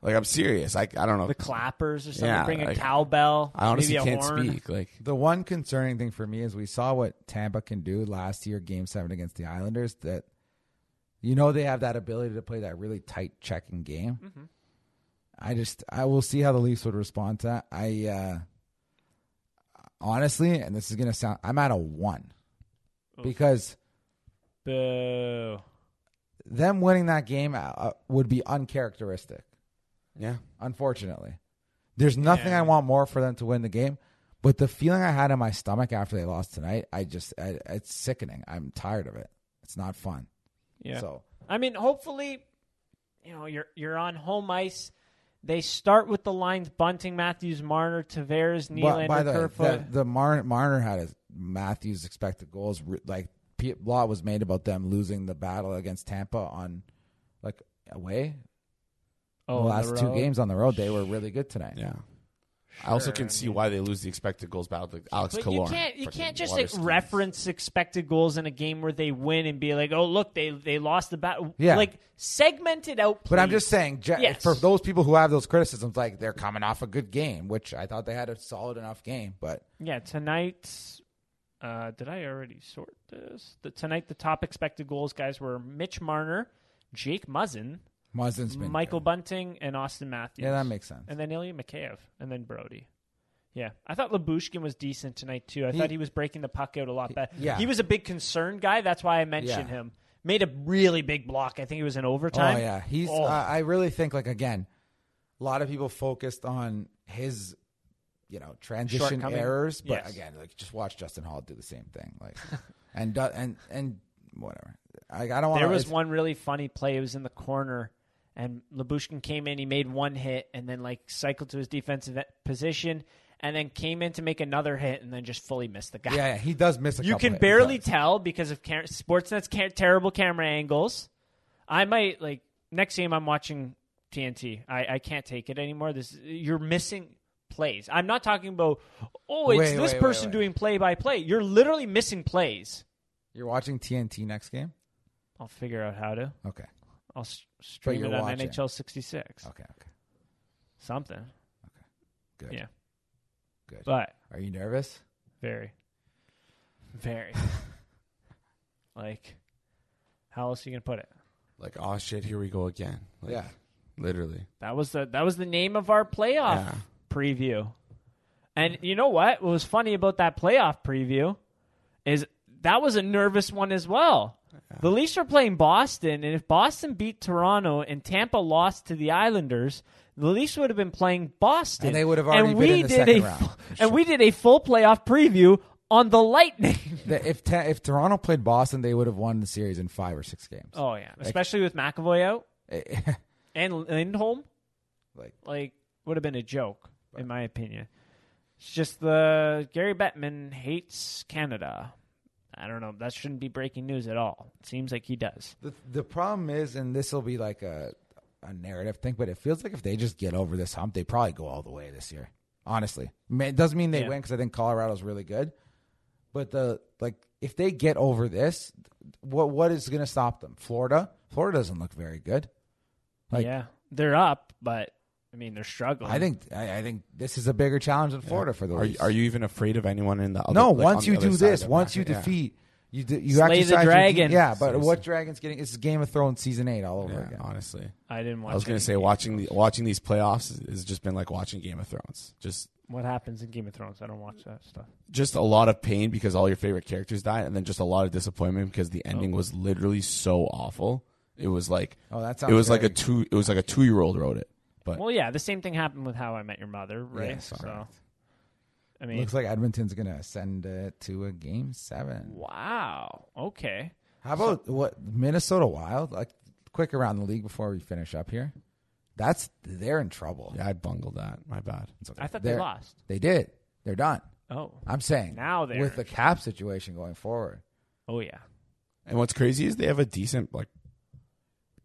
Speaker 3: like I'm serious. I I don't know.
Speaker 2: The clappers or something.
Speaker 3: Yeah,
Speaker 2: Bring a
Speaker 3: like,
Speaker 2: cowbell.
Speaker 3: I honestly
Speaker 2: maybe a
Speaker 3: can't
Speaker 2: horn.
Speaker 3: speak. Like
Speaker 4: The one concerning thing for me is we saw what Tampa can do last year, Game Seven against the Islanders. That you know they have that ability to play that really tight checking game. I just I will see how the Leafs would respond to that. I uh, honestly, and this is gonna sound, I'm at a one because
Speaker 2: Boo.
Speaker 4: them winning that game uh, would be uncharacteristic.
Speaker 3: yeah.
Speaker 4: Unfortunately, there's nothing I want more for them to win the game. But the feeling I had in my stomach after they lost tonight, I just I, it's sickening. I'm tired of it. It's not fun.
Speaker 2: Yeah.
Speaker 4: So
Speaker 2: I mean, hopefully, you know, you're you're on home ice. They start with the lines: Bunting, Matthews, Marner, Tavares,
Speaker 4: but,
Speaker 2: Nylander,
Speaker 4: by the way,
Speaker 2: Kerfoot.
Speaker 4: the, the Marner, Marner had a Matthews expected goals re- like Pete Law was made about them losing the battle against Tampa on like away
Speaker 2: oh,
Speaker 4: the
Speaker 2: on
Speaker 4: last two
Speaker 2: road.
Speaker 4: games on the road. They were really good tonight.
Speaker 3: Yeah. I also
Speaker 2: Sure,
Speaker 3: can
Speaker 2: I
Speaker 3: see why they lose the expected goals battle to Alex
Speaker 2: But you
Speaker 3: Killorn.
Speaker 2: can't you can't
Speaker 3: Freaking
Speaker 2: just
Speaker 3: water
Speaker 2: like,
Speaker 3: skis.
Speaker 2: reference expected goals in a game where they win and be like, oh look, they they lost the battle.
Speaker 4: Yeah.
Speaker 2: Like segment it out.
Speaker 4: But I'm
Speaker 2: please.
Speaker 4: just saying, ge-
Speaker 2: Yes.
Speaker 4: for those people who have those criticisms, like they're coming off a good game, which I thought they had a solid enough game, but
Speaker 2: Yeah, tonight's. Uh, did I already sort this? The, tonight, the top expected goals guys were Mitch Marner, Jake Muzzin,
Speaker 4: Muzzin's been
Speaker 2: Michael
Speaker 4: good.
Speaker 2: Bunting, and Austin Matthews.
Speaker 4: Yeah, that makes sense.
Speaker 2: And then Ilya Mikheyev, and then Brody. Yeah, I thought Labushkin was decent tonight too. I
Speaker 4: He-
Speaker 2: thought he was breaking the puck out a lot better.
Speaker 4: yeah.
Speaker 2: he was a big concern guy. That's why I mentioned
Speaker 4: Yeah.
Speaker 2: him. Made a really big block. I think it was in overtime.
Speaker 4: Oh yeah, he's.
Speaker 2: Oh.
Speaker 4: I I really think like again, a lot of people focused on his, you know, transition
Speaker 2: Shortcoming.
Speaker 4: errors. But
Speaker 2: Yes.
Speaker 4: again, like just watch Justin Hall do the same thing, like, and do- and and whatever. I, I don't want.
Speaker 2: There was one really funny play. It was in the corner, and Labushkin came in. He made one hit, and then like cycled to his defensive e- position, and then came in to make another hit, and then just fully missed the guy.
Speaker 4: Yeah, yeah, he does miss a.
Speaker 2: you
Speaker 4: couple
Speaker 2: can
Speaker 4: hits.
Speaker 2: barely
Speaker 4: He does.
Speaker 2: tell because of cam- Sportsnet's ca- terrible camera angles. I might like next game I'm watching TNT. I, I can't take it anymore. This you're missing plays. I'm not talking about oh it's
Speaker 4: Wait,
Speaker 2: this
Speaker 4: wait, wait,
Speaker 2: person
Speaker 4: wait.
Speaker 2: doing play by play. You're literally missing plays.
Speaker 4: You're watching TNT next game.
Speaker 2: I'll figure out how to.
Speaker 4: Okay.
Speaker 2: I'll s- stream
Speaker 4: you're
Speaker 2: it on
Speaker 4: watching.
Speaker 2: NHL 66.
Speaker 4: Okay. Okay.
Speaker 2: Something.
Speaker 4: Good.
Speaker 2: Yeah.
Speaker 4: Good.
Speaker 2: But
Speaker 4: Are you nervous?
Speaker 2: very, very. like, how else are you gonna put it?
Speaker 3: Like oh shit, here we go again. Like,
Speaker 4: Yeah.
Speaker 3: literally.
Speaker 2: That was the that was the name of our playoff
Speaker 3: Yeah.
Speaker 2: preview. And you know what? What was funny about that playoff preview is that was a nervous one as well. The Leafs are playing Boston, and if Boston beat Toronto and Tampa lost to the Islanders, the Leafs would have been playing Boston,
Speaker 4: And they would have already
Speaker 2: And
Speaker 4: been
Speaker 2: we
Speaker 4: in the
Speaker 2: did
Speaker 4: second
Speaker 2: a
Speaker 4: round.
Speaker 2: fu- and we did a full playoff preview on the Lightning.
Speaker 4: The- if ta- if Toronto played Boston, they would have won the series in five or six games. Eh,
Speaker 2: oh yeah, especially with McAvoy out and Lindholm.
Speaker 4: like
Speaker 2: like would have been a joke in my opinion. It's just the Gary Bettman hates Canada. I don't know. That shouldn't be breaking news at all. It seems like he does.
Speaker 4: The the problem is, and this will be like a a narrative thing, but it feels like if they just get over this hump, they probably go all the way this year. Honestly, I mean, it doesn't mean they
Speaker 2: Yeah.
Speaker 4: win because I think Colorado's really good, but the like if they get over this, what what is going to stop them? Florida. Florida doesn't look very good. Like,
Speaker 2: yeah, they're up, but I mean they're struggling.
Speaker 4: I think I, I think this is a bigger challenge than Florida for the
Speaker 3: Are you,
Speaker 4: Leafs.
Speaker 3: are you even afraid of anyone in the other?
Speaker 4: no,
Speaker 3: like, on
Speaker 4: once
Speaker 3: the
Speaker 4: you
Speaker 3: other
Speaker 4: do
Speaker 3: side
Speaker 4: this,
Speaker 3: of
Speaker 4: once
Speaker 3: that?
Speaker 4: you
Speaker 3: Yeah.
Speaker 4: defeat, you d- you
Speaker 2: Slay the
Speaker 4: exercise your team-
Speaker 2: dragon.
Speaker 4: Yeah, but what dragon's getting? It's Game of Thrones season eight all over
Speaker 3: Yeah,
Speaker 4: again.
Speaker 3: honestly,
Speaker 2: I didn't watch.
Speaker 3: I was gonna
Speaker 2: any
Speaker 3: say
Speaker 2: game.
Speaker 3: watching the, watching these playoffs has- has just been like watching Game of Thrones. Just
Speaker 2: what happens in Game of Thrones. I don't watch that stuff.
Speaker 3: just a lot of pain because all your favorite characters died, and then just a lot of disappointment because the ending
Speaker 2: Oh.
Speaker 3: was literally so awful. It was like
Speaker 4: Oh, that
Speaker 3: it
Speaker 4: sounds
Speaker 3: was like a
Speaker 4: very-
Speaker 3: two it was like a two year old wrote it. But
Speaker 2: Well, yeah, the same thing happened with How I Met Your Mother, right?
Speaker 3: Yes,
Speaker 2: so,
Speaker 3: correct.
Speaker 2: I mean,
Speaker 4: Looks like Edmonton's going to ascend uh, to a game seven.
Speaker 2: wow. Okay.
Speaker 4: How about what Minnesota Wild? Like quick around the league before we finish up here. That's they're in trouble.
Speaker 3: yeah, I bungled that. My bad.
Speaker 2: I thought they
Speaker 4: They're-
Speaker 2: lost.
Speaker 4: They did. They're done.
Speaker 2: Oh.
Speaker 4: I'm saying
Speaker 2: Now they're
Speaker 4: with
Speaker 2: in
Speaker 4: the cap situation going forward.
Speaker 2: Oh yeah.
Speaker 3: And what's crazy is they have a decent like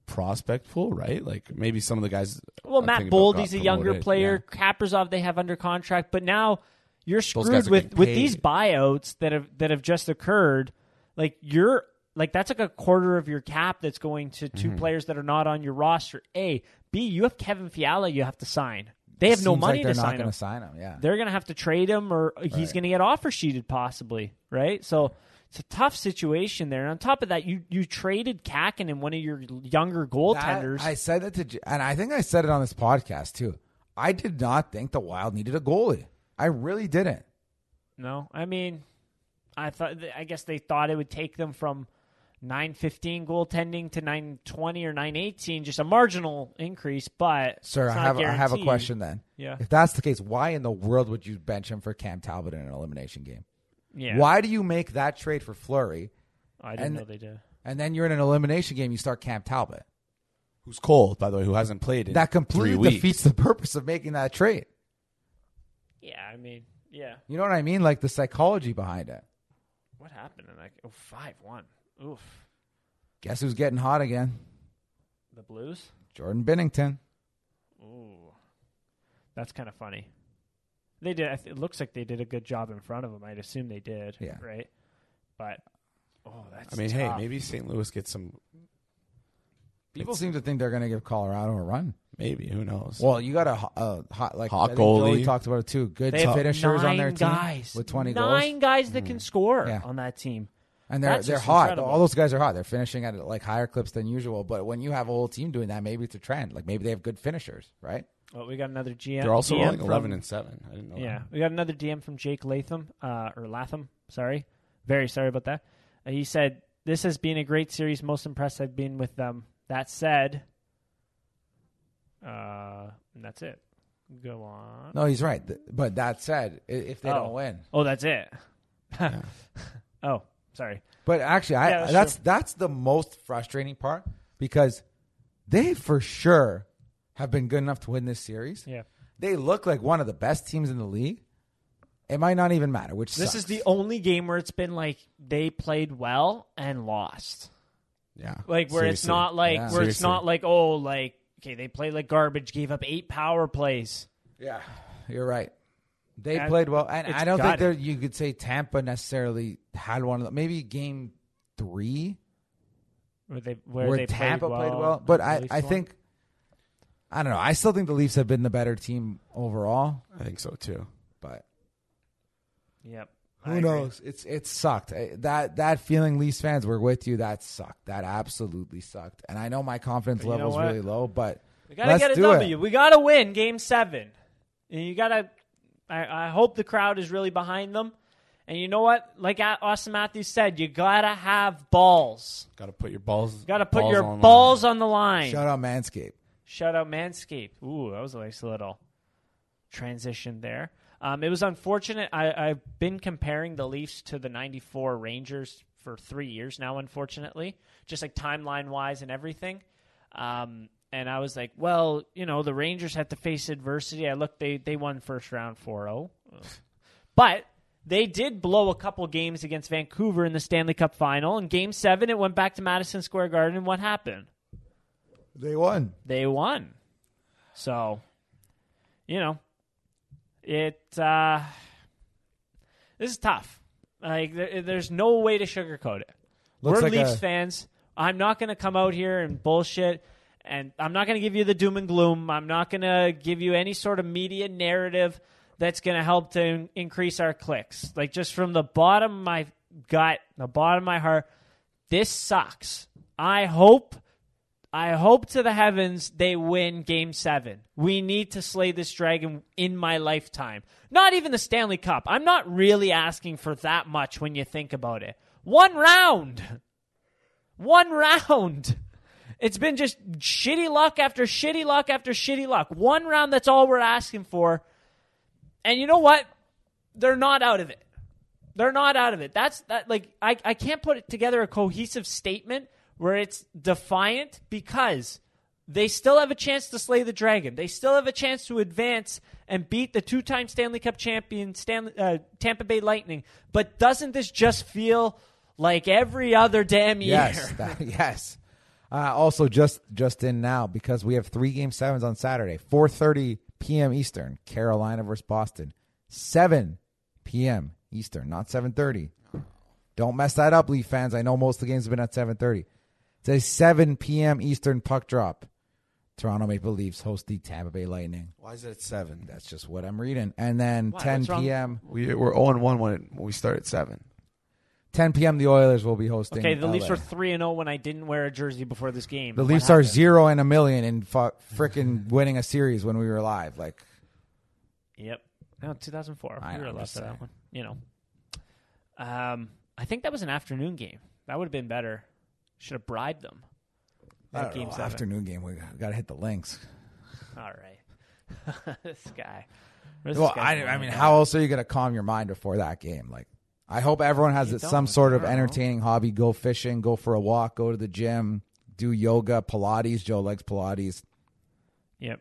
Speaker 3: prospect pool, right? Like maybe some of the guys.
Speaker 2: Well,
Speaker 3: I'm
Speaker 2: Matt
Speaker 3: thinking about
Speaker 2: Bold,
Speaker 3: got
Speaker 2: he's a younger
Speaker 3: promoted.
Speaker 2: player. Kaprizov, they have under contract, but now you're
Speaker 3: guys
Speaker 2: screwed
Speaker 3: are
Speaker 2: with
Speaker 3: getting
Speaker 2: with
Speaker 3: paid.
Speaker 2: these buyouts that have that have just occurred. Like you're like that's like a quarter of your cap that's going to 2
Speaker 3: Mm-hmm.
Speaker 2: players that are not on your roster. A, B, you have Kevin Fiala, you have to sign. They have no
Speaker 4: Seems
Speaker 2: money
Speaker 4: like they're
Speaker 2: to
Speaker 4: not
Speaker 2: sign
Speaker 4: gonna
Speaker 2: him.
Speaker 4: sign him. Yeah.
Speaker 2: They're going to have to trade him, or he's going to get offer sheeted possibly. Right, so. It's a tough situation there. And on top of that, you, you traded Kakin and one of your younger
Speaker 4: That-
Speaker 2: goaltenders.
Speaker 4: I said that to, J- and I think I said it on this podcast too. I did not think the Wild needed a goalie. I really didn't.
Speaker 2: No, I mean, I thought I guess they thought it would take them from nine fifteen goaltending to nine twenty or nine eighteen, just a marginal increase. But
Speaker 4: Sir,
Speaker 2: it's not
Speaker 4: I have I have a
Speaker 2: guaranteed.
Speaker 4: question then.
Speaker 2: Yeah.
Speaker 4: If that's the case, why in the world would you bench him for Cam Talbot in an elimination game?
Speaker 2: Yeah,
Speaker 4: Why do you make that trade for Flurry
Speaker 2: I didn't
Speaker 4: and-
Speaker 2: know they did.
Speaker 4: and then you're in an elimination game you start Cam Talbot?
Speaker 3: who's cold, by the way, who hasn't played. In
Speaker 4: That
Speaker 3: three
Speaker 4: completely
Speaker 3: weeks.
Speaker 4: defeats the purpose of making that trade.
Speaker 2: Yeah, I mean, yeah.
Speaker 4: You know what I mean? Like the psychology behind it.
Speaker 2: What happened in that? Oh, five one. Oof.
Speaker 4: Guess who's getting hot again?
Speaker 2: The Blues.
Speaker 4: Jordan Bennington.
Speaker 2: Ooh, that's kind of funny. They did. I th- It looks like they did a good job in front of them. I'd assume they did.
Speaker 4: Yeah.
Speaker 2: Right. But oh, that's.
Speaker 3: I mean, hey,
Speaker 2: tough.
Speaker 3: maybe St. Louis gets some.
Speaker 4: People seem to think they're going to give Colorado a run.
Speaker 3: Maybe who knows?
Speaker 4: Well, you got a, ho- a hot like
Speaker 3: Hot
Speaker 4: I think Joey
Speaker 3: goalie.
Speaker 4: talked about it too. Good
Speaker 2: They have
Speaker 4: finishers
Speaker 2: nine
Speaker 4: on their team
Speaker 2: guys
Speaker 4: with twenty
Speaker 2: nine
Speaker 4: goals,
Speaker 2: guys that can score
Speaker 4: Yeah.
Speaker 2: on that team.
Speaker 4: and they're
Speaker 2: That's
Speaker 4: they're
Speaker 2: just
Speaker 4: hot.
Speaker 2: incredible.
Speaker 4: All those guys are hot. They're finishing at like higher clips than usual. But when you have a whole team doing that, maybe it's a trend. Like maybe they have good finishers, right?
Speaker 2: Well, we got another GM.
Speaker 3: they're also
Speaker 2: DM
Speaker 3: rolling
Speaker 2: from-
Speaker 3: eleven and seven. I didn't know.
Speaker 2: yeah, we got another DM from Jake Latham uh, or Latham. Sorry, very sorry about that. Uh, he said this has been a great series. Most impressed I've been with them. That said, uh, and that's it. Go on.
Speaker 4: No, he's right. Th- But that said, i- if they
Speaker 2: Oh.
Speaker 4: don't win,
Speaker 2: Oh, that's it. oh, sorry.
Speaker 4: But actually, I
Speaker 2: Yeah, that's
Speaker 4: that's that's, the most frustrating part because they for sure have been good enough to win this series.
Speaker 2: Yeah.
Speaker 4: They look like one of the best teams in the league. It might not even matter. Which
Speaker 2: This
Speaker 4: sucks.
Speaker 2: is the only game where it's been like they played well and lost.
Speaker 3: yeah.
Speaker 2: like where it's
Speaker 3: Seriously.
Speaker 2: not like
Speaker 4: Yeah.
Speaker 2: where it's
Speaker 3: Seriously.
Speaker 2: not like oh like okay they played like garbage gave up eight power plays
Speaker 4: yeah. You're right. They
Speaker 2: And
Speaker 4: played well, and
Speaker 2: it's
Speaker 4: I don't think
Speaker 2: gutted.
Speaker 4: there you could say Tampa necessarily had one of the, maybe game three
Speaker 2: where they where,
Speaker 4: where
Speaker 2: they
Speaker 4: Tampa
Speaker 2: played, well, and
Speaker 4: But
Speaker 2: the
Speaker 4: I,
Speaker 2: Leafs
Speaker 4: I
Speaker 2: won.
Speaker 4: think I don't know. I still think the Leafs have been the better team overall,
Speaker 3: I think so too.
Speaker 4: but
Speaker 2: yep I
Speaker 4: Who
Speaker 2: agree.
Speaker 4: knows? It's it sucked. I- That that feeling, Leafs fans, we're with you. That sucked. That absolutely sucked. And I know my confidence
Speaker 2: But you know
Speaker 4: level's
Speaker 2: what?
Speaker 4: really low, but
Speaker 2: we gotta
Speaker 4: let's
Speaker 2: get a
Speaker 4: do
Speaker 2: W
Speaker 4: it.
Speaker 2: we gotta win game seven and you gotta I, I hope the crowd is really behind them and you know what like A- Austin Matthews said you gotta have balls
Speaker 3: Got to put your balls.
Speaker 2: you gotta put
Speaker 3: balls
Speaker 2: your
Speaker 3: on line.
Speaker 2: balls on the line
Speaker 4: Shout out Manscaped.
Speaker 2: Shout out Manscaped. Ooh, that was a nice little transition there. Um, it was unfortunate. I, I've been comparing the Leafs to the '94 Rangers for three years now, unfortunately, just like timeline wise and everything. Um, and I was like, well, you know, the Rangers had to face adversity. I looked, they they won first round 4-0. But they did blow a couple games against Vancouver in the Stanley Cup final. In game seven, it went back to Madison Square Garden. And what happened?
Speaker 4: They won.
Speaker 2: they won. So, you know, it uh, this is tough. Like there, there's no way to sugarcoat it.
Speaker 4: Looks
Speaker 2: We're
Speaker 4: like
Speaker 2: Leafs
Speaker 4: a-
Speaker 2: fans. I'm not going to come out here and bullshit. And I'm not going to give you the doom and gloom. I'm not going to give you any sort of media narrative that's going to help to in- increase our clicks. Like, just from the bottom of my gut, the bottom of my heart, this sucks. I hope, I hope to the heavens they win game seven. We need to slay this dragon in my lifetime. Not even the Stanley Cup. I'm not really asking for that much when you think about it. One round. One round. It's been just shitty luck after shitty luck after shitty luck. One round, that's all we're asking for. And you know what? They're not out of it. They're not out of it. That's that like I, I can't put together a cohesive statement where it's defiant because they still have a chance to slay the dragon. They still have a chance to advance and beat the two-time Stanley Cup champion Stan, uh, Tampa Bay Lightning. But doesn't this just feel like every other damn year?
Speaker 4: Yes, that- yes. Uh, also, just just in now because we have three game sevens on Saturday, four thirty p.m. Eastern, Carolina versus Boston, seven p.m. Eastern, not seven thirty. Don't mess that up, Leaf fans. I know most of the games have been at seven thirty. It's a seven p.m. Eastern puck drop. Toronto Maple Leafs host the Tampa Bay Lightning.
Speaker 3: Why is it at seven?
Speaker 4: That's just what I'm reading. And then
Speaker 2: Why?
Speaker 4: 10
Speaker 2: What's wrong?
Speaker 4: p.m.
Speaker 3: We were zero and one when, it, when we start at seven.
Speaker 4: 10 p.m. The Oilers will be hosting.
Speaker 2: Okay, the Leafs
Speaker 4: LA.
Speaker 2: were three and zero when I didn't wear a jersey before this game.
Speaker 4: The
Speaker 2: Mm-hmm. What
Speaker 4: Leafs are
Speaker 2: happened?
Speaker 4: zero and a million in fu- freaking winning a series when we were live. Like,
Speaker 2: Yep. No, 2004.
Speaker 4: I
Speaker 2: we
Speaker 4: know,
Speaker 2: were
Speaker 4: I'm
Speaker 2: left
Speaker 4: just
Speaker 2: for that
Speaker 4: saying.
Speaker 2: one. You know. Um, I think that was an afternoon game. That would have been better. Should have bribed them.
Speaker 4: I
Speaker 2: That
Speaker 4: don't know,
Speaker 2: seven.
Speaker 4: afternoon game. We got to hit the links.
Speaker 2: All right. this guy. Where's this
Speaker 4: Well,
Speaker 2: guy's
Speaker 4: I, I
Speaker 2: mind
Speaker 4: mean,
Speaker 2: at?
Speaker 4: how else are you going to calm your mind before that game? Like, I hope everyone has
Speaker 2: You
Speaker 4: some
Speaker 2: don't,
Speaker 4: sort of
Speaker 2: I don't know.
Speaker 4: entertaining hobby. Go fishing, go for a walk, go to the gym, do yoga, Pilates. Joe likes Pilates.
Speaker 2: Yep.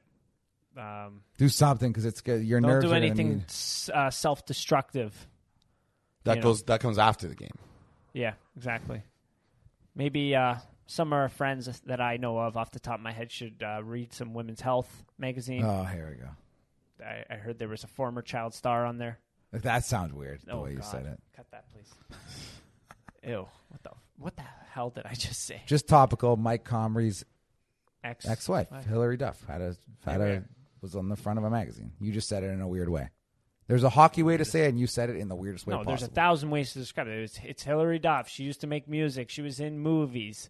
Speaker 2: Um,
Speaker 4: Do something because it's good. Your
Speaker 2: don't
Speaker 4: nerves
Speaker 2: do
Speaker 4: are gonna
Speaker 2: anything
Speaker 4: need-
Speaker 2: s- uh, self-destructive.
Speaker 3: That
Speaker 2: You know.
Speaker 3: goes. That comes after the game.
Speaker 2: Yeah, exactly. Maybe uh, some of our friends that I know of off the top of my head should uh, read some Women's Health magazine.
Speaker 4: Oh, here we go.
Speaker 2: I, I heard there was a former child star on there.
Speaker 4: Like, That sounds weird the
Speaker 2: Oh,
Speaker 4: way you
Speaker 2: God.
Speaker 4: said it.
Speaker 2: Cut that, please. Ew. What the what the hell did I just say?
Speaker 4: Just topical. Mike Comrie's
Speaker 2: Ex.
Speaker 4: ex-wife,
Speaker 2: Wife.
Speaker 4: Hillary Duff, had a had
Speaker 2: Yeah.
Speaker 4: a was on the front of a magazine. You just said it in a weird way. There's a hockey way to say it, and you said it in the weirdest way
Speaker 2: No,
Speaker 4: possible.
Speaker 2: there's a thousand ways to describe it. It's, it's Hillary Duff. She used to make music. She was in movies,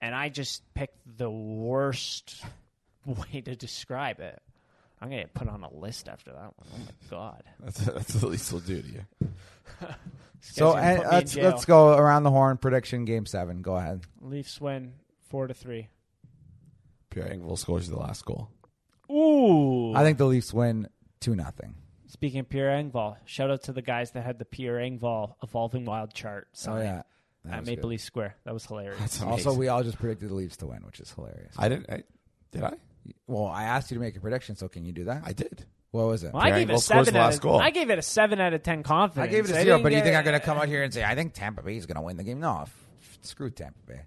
Speaker 2: and I just picked the worst way to describe it. I'm gonna get put on a list after that one. Oh my god.
Speaker 3: That's that's the least we'll do to you.
Speaker 2: This guy's
Speaker 4: so
Speaker 2: gonna
Speaker 4: and
Speaker 2: put me in
Speaker 4: let's
Speaker 2: jail.
Speaker 4: let's go around the horn prediction game seven. Go ahead.
Speaker 2: Leafs win four to three.
Speaker 3: Pierre Engvall scores the last goal.
Speaker 2: Ooh.
Speaker 4: I think the Leafs win two nothing.
Speaker 2: Speaking of Pierre Engvall, shout out to the guys that had the Pierre Engvall evolving wild chart.
Speaker 4: Oh
Speaker 2: Sign.
Speaker 4: yeah, That
Speaker 2: at
Speaker 4: was
Speaker 2: Maple
Speaker 4: good.
Speaker 2: Leaf Square. That was hilarious.
Speaker 3: That's amazing.
Speaker 4: Also, we all just predicted the Leafs to win, which is hilarious.
Speaker 3: I didn't. I, did I?
Speaker 4: Well, I asked you to make a prediction, so can you do that?
Speaker 3: I did.
Speaker 4: what was it?
Speaker 2: Well, I
Speaker 3: Pierre
Speaker 2: gave it
Speaker 3: Engvall
Speaker 2: a
Speaker 3: scores
Speaker 2: seven.
Speaker 3: the
Speaker 2: Out
Speaker 3: last
Speaker 2: of,
Speaker 3: goal.
Speaker 2: I gave it a seven out of ten confidence.
Speaker 4: I gave it
Speaker 2: I
Speaker 4: a zero,
Speaker 2: didn't
Speaker 4: but you
Speaker 2: get
Speaker 4: think
Speaker 2: it-
Speaker 4: I'm going to come out here and say I think Tampa Bay is going to win the game? No, f- screw Tampa Bay.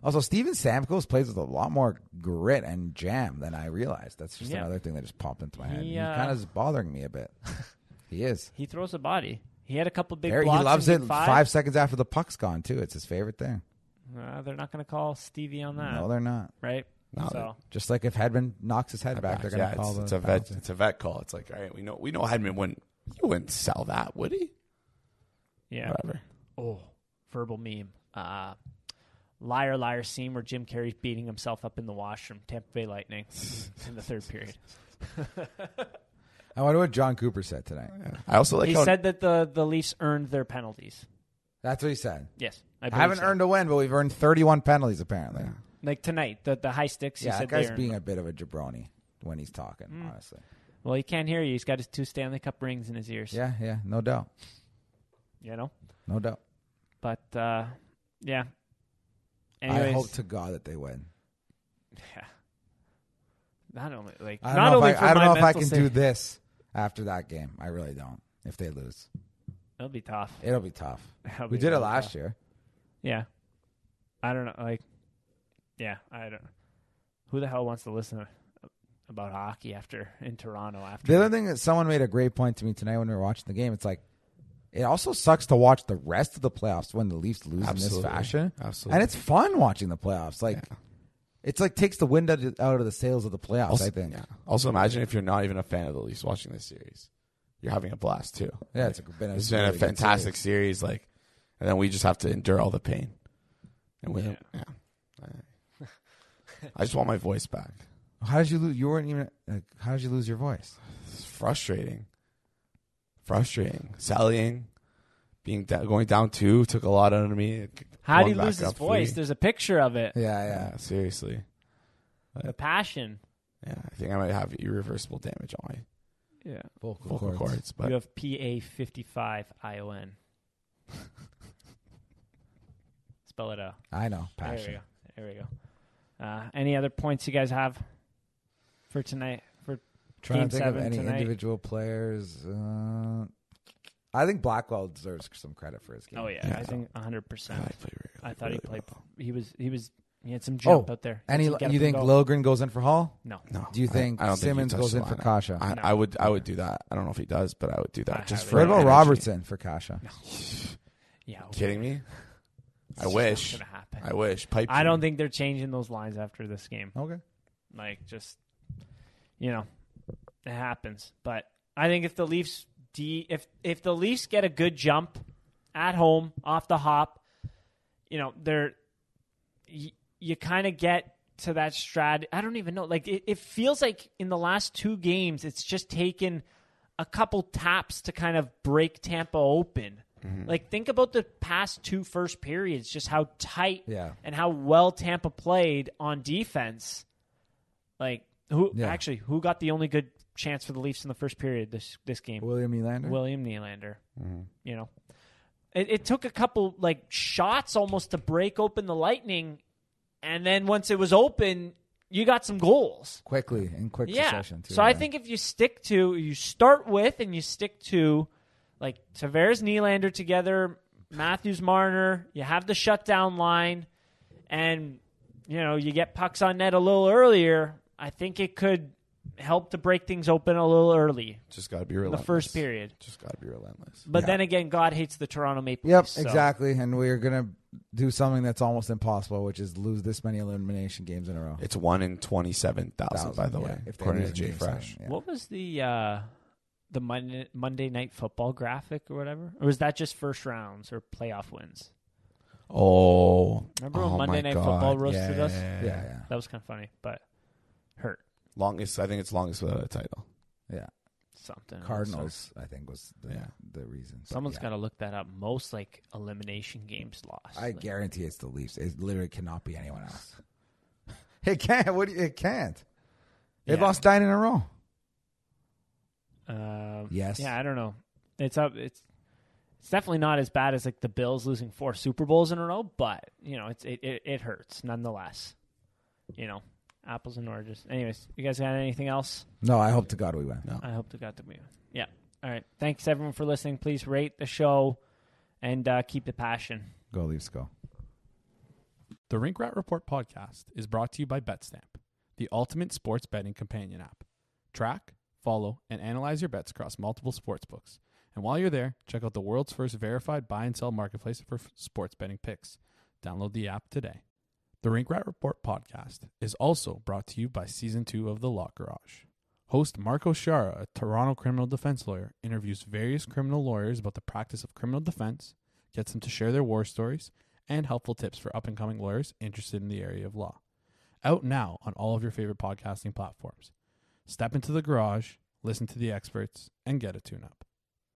Speaker 4: Also, Steven Stamkos plays with a lot more grit and jam than I realized. That's just
Speaker 2: Yeah.
Speaker 4: another thing that just popped into my head.
Speaker 2: He,
Speaker 4: He,
Speaker 2: uh,
Speaker 4: kind of is bothering me a bit. he is.
Speaker 2: He throws a body. He had a couple big
Speaker 4: There- he
Speaker 2: blocks.
Speaker 4: loves
Speaker 2: in
Speaker 4: it
Speaker 2: game
Speaker 4: five.
Speaker 2: Five.
Speaker 4: seconds after the puck's gone, too. It's his favorite thing.
Speaker 2: Uh, they're not going to call Stevie on that,
Speaker 4: No, they're not.
Speaker 2: right?
Speaker 3: No,
Speaker 2: so
Speaker 4: Just like if Hedman knocks his head back, they're going to
Speaker 3: yeah,
Speaker 4: call
Speaker 3: it's,
Speaker 4: the
Speaker 3: it's a vet.
Speaker 4: penalty.
Speaker 3: It's a vet call. It's like, all right, we know we know Hedman wouldn't. You wouldn't sell that, would he?
Speaker 2: yeah.
Speaker 3: Whatever.
Speaker 2: Oh, verbal meme. Uh, liar, liar. Scene where Jim Carrey's beating himself up in the washroom. Tampa Bay Lightning in the third period.
Speaker 4: I wonder what John Cooper said tonight.
Speaker 3: I also like
Speaker 2: he
Speaker 3: how
Speaker 2: said that the the Leafs earned their penalties.
Speaker 4: That's what he said.
Speaker 2: Yes, I
Speaker 4: I
Speaker 2: believe
Speaker 4: haven't
Speaker 2: so.
Speaker 4: earned a win, but we've earned 31 penalties, apparently.
Speaker 2: like tonight the the high sticks. he
Speaker 4: Yeah,
Speaker 2: said
Speaker 4: that
Speaker 2: they
Speaker 4: guy's
Speaker 2: earned
Speaker 4: being a bit of a jabroni when he's talking,
Speaker 2: Mm.
Speaker 4: honestly.
Speaker 2: Well, he can't hear you. He's got his two Stanley Cup rings in his ears.
Speaker 4: Yeah, yeah, no doubt.
Speaker 2: You know?
Speaker 4: No doubt.
Speaker 2: But, uh, yeah. Anyways,
Speaker 4: I hope to God that they win.
Speaker 2: yeah. Not only, like,
Speaker 4: I don't
Speaker 2: not
Speaker 4: know,
Speaker 2: only
Speaker 4: if
Speaker 2: for
Speaker 4: I, I don't
Speaker 2: my
Speaker 4: know if I
Speaker 2: mental
Speaker 4: can
Speaker 2: sa-
Speaker 4: do this after that game. I really don't. If they lose,
Speaker 2: It'll be tough.
Speaker 4: it'll be tough.
Speaker 2: It'll
Speaker 4: we
Speaker 2: be
Speaker 4: did it
Speaker 2: really
Speaker 4: last
Speaker 2: tough.
Speaker 4: year.
Speaker 2: Yeah. I don't know. Like, yeah, I don't Who the hell wants to listen about hockey after in Toronto after?
Speaker 4: The other thing that someone made a great point to me tonight when we were watching the game, it's like It also sucks to watch the rest of the playoffs when the Leafs lose in
Speaker 3: Absolutely.
Speaker 4: this fashion.
Speaker 3: Absolutely.
Speaker 4: and it's fun watching the playoffs. Like, it's like takes the wind out of- out of the sails of the playoffs.
Speaker 3: Also,
Speaker 4: I think.
Speaker 3: yeah. Also, imagine if you're not even a fan of the Leafs watching this series, you're having a blast too.
Speaker 4: Yeah, it's been a-
Speaker 3: it's been a
Speaker 4: really good
Speaker 3: fantastic series. Like, and then we just have to endure all the pain. And we, yeah. Alright. I just want my voice back.
Speaker 4: How did you lose? You weren't even. Like, how did you lose your voice?
Speaker 3: It's frustrating, frustrating, sallying, being da- going down two took a lot out of me.
Speaker 2: How do
Speaker 3: Going
Speaker 2: you
Speaker 3: back
Speaker 2: lose his
Speaker 3: up
Speaker 2: voice?
Speaker 3: three.
Speaker 2: There's a picture of it.
Speaker 4: Yeah, yeah.
Speaker 3: Yeah, seriously.
Speaker 2: The passion.
Speaker 3: Yeah, I think I might have irreversible damage on my
Speaker 2: Yeah.
Speaker 4: Vocal,
Speaker 3: vocal
Speaker 4: cords.
Speaker 3: cords, but
Speaker 2: you have PA fifty five I O N. Spell it out.
Speaker 4: I know.
Speaker 2: There
Speaker 4: Passion.
Speaker 2: we go. There we go. Uh, any other points you guys have for tonight? For
Speaker 4: Trying
Speaker 2: game
Speaker 4: to think of
Speaker 2: seven
Speaker 4: any
Speaker 2: tonight?
Speaker 4: individual players. Uh, I think Blackwell deserves some credit for his game.
Speaker 2: Oh yeah,
Speaker 3: Yeah.
Speaker 2: I think hundred
Speaker 3: I
Speaker 2: percent.
Speaker 3: played really,
Speaker 2: I thought he
Speaker 3: really
Speaker 2: played.
Speaker 3: well.
Speaker 2: He was. He was. He had some jump
Speaker 4: Oh,
Speaker 2: out there.
Speaker 4: Any?
Speaker 2: He got up
Speaker 4: You
Speaker 2: and
Speaker 4: think
Speaker 2: go.
Speaker 4: Logan goes in for Hall?
Speaker 2: No.
Speaker 3: No.
Speaker 4: Do you think
Speaker 3: don't he
Speaker 4: Simmons
Speaker 3: touched
Speaker 4: goes
Speaker 3: the
Speaker 4: in for
Speaker 3: lineup.
Speaker 4: Kasha?
Speaker 3: I,
Speaker 2: No.
Speaker 3: I would I would do that. I don't know if he does, but I would do that
Speaker 2: I highly
Speaker 3: just for
Speaker 4: What
Speaker 2: Right.
Speaker 4: about
Speaker 3: energy.
Speaker 4: Robertson for Kasha?
Speaker 2: Yeah. okay.
Speaker 3: Kidding me?
Speaker 2: It's
Speaker 3: I
Speaker 2: just
Speaker 3: wish.
Speaker 2: Not gonna happen.
Speaker 3: I wish. Pipe.
Speaker 2: I don't
Speaker 3: dream.
Speaker 2: think they're changing those lines after this game.
Speaker 4: Okay.
Speaker 2: Like just you know, it happens. But I think if the Leafs D if if the Leafs get a good jump at home off the hop, you know, they're you, you kind of get to that strat. I don't even know. Like it, it feels like in the last two games it's just taken a couple taps to kind of break Tampa open. Like think about the past two first periods, just how tight
Speaker 4: Yeah.
Speaker 2: and how well Tampa played on defense. Like who
Speaker 4: Yeah.
Speaker 2: actually who got the only good chance for the Leafs in the first period this this game?
Speaker 4: William Elander.
Speaker 2: William Nylander. Mm-hmm. You know, it, it took a couple like shots almost to break open the Lightning, and then once it was open, you got some goals.
Speaker 4: quickly in quick
Speaker 2: Yeah.
Speaker 4: succession too.
Speaker 2: So I
Speaker 4: yeah.
Speaker 2: think if you stick to you start with and you stick to like Tavares Nylander together, Matthews Marner, you have the shutdown line, and you know, you get pucks on net a little earlier, I think it could help to break things open a little early
Speaker 3: Just gotta be
Speaker 2: in the
Speaker 3: relentless.
Speaker 2: first period.
Speaker 3: Just gotta be relentless.
Speaker 2: But
Speaker 4: Yeah.
Speaker 2: then again, God hates the Toronto Maple
Speaker 4: Yep,
Speaker 2: Leafs. so-
Speaker 4: exactly. And we are gonna do something that's almost impossible, which is lose this many elimination games in a row.
Speaker 3: It's one in twenty-seven thousand, by the
Speaker 4: Yeah,
Speaker 3: way,
Speaker 4: if they
Speaker 3: according
Speaker 4: lose
Speaker 3: to Jay
Speaker 4: in game
Speaker 3: Fresh.
Speaker 4: seven, yeah.
Speaker 2: What was the uh, the Monday, Monday Night Football graphic or whatever? Or was that just first rounds or playoff wins?
Speaker 3: Oh,
Speaker 2: Remember when
Speaker 3: oh
Speaker 2: Monday
Speaker 3: my
Speaker 2: Night
Speaker 3: God.
Speaker 2: Football
Speaker 3: Yeah,
Speaker 2: roasted
Speaker 3: yeah,
Speaker 2: us?
Speaker 3: Yeah,
Speaker 4: Yeah,
Speaker 3: yeah.
Speaker 4: yeah,
Speaker 2: That was kind of funny, but hurt
Speaker 3: Longest. I think it's longest without a title.
Speaker 4: yeah.
Speaker 2: something.
Speaker 4: Cardinals, I think, was the
Speaker 3: Yeah.
Speaker 4: the reason. But
Speaker 2: Someone's
Speaker 4: yeah.
Speaker 2: got to look that up. Most like elimination games lost.
Speaker 4: I
Speaker 2: Like,
Speaker 4: guarantee it's the Leafs. It literally cannot be anyone else. it can't. What? do you- It can't. They
Speaker 2: Yeah.
Speaker 4: lost nine in a row.
Speaker 2: Um,
Speaker 4: Yes.
Speaker 2: Yeah, I don't know. It's up. It's it's definitely not as bad as like the Bills losing four Super Bowls in a row, but you know, it's it it, it hurts nonetheless. You know, apples and oranges. Anyways, you guys got anything else?
Speaker 4: No, I hope to God we win.
Speaker 3: No.
Speaker 2: I hope to God that we. Yeah. All right. Thanks everyone for listening. Please rate the show and uh, keep the passion.
Speaker 4: Go Leafs, go.
Speaker 5: The Rink Rat Report podcast is brought to you by BetStamp, the ultimate sports betting companion app. Track, follow, and analyze your bets across multiple sportsbooks. And while you're there, check out the world's first verified buy and sell marketplace for f- sports betting picks. Download the app today. The Rink Rat Report podcast is also brought to you by Season 2 of The Lock Garage. Host Marco Shara, a Toronto criminal defense lawyer, interviews various criminal lawyers about the practice of criminal defense, gets them to share their war stories, and helpful tips for up and coming lawyers interested in the area of law. Out now on all of your favorite podcasting platforms. Step into the garage, listen to the experts, and get a tune up.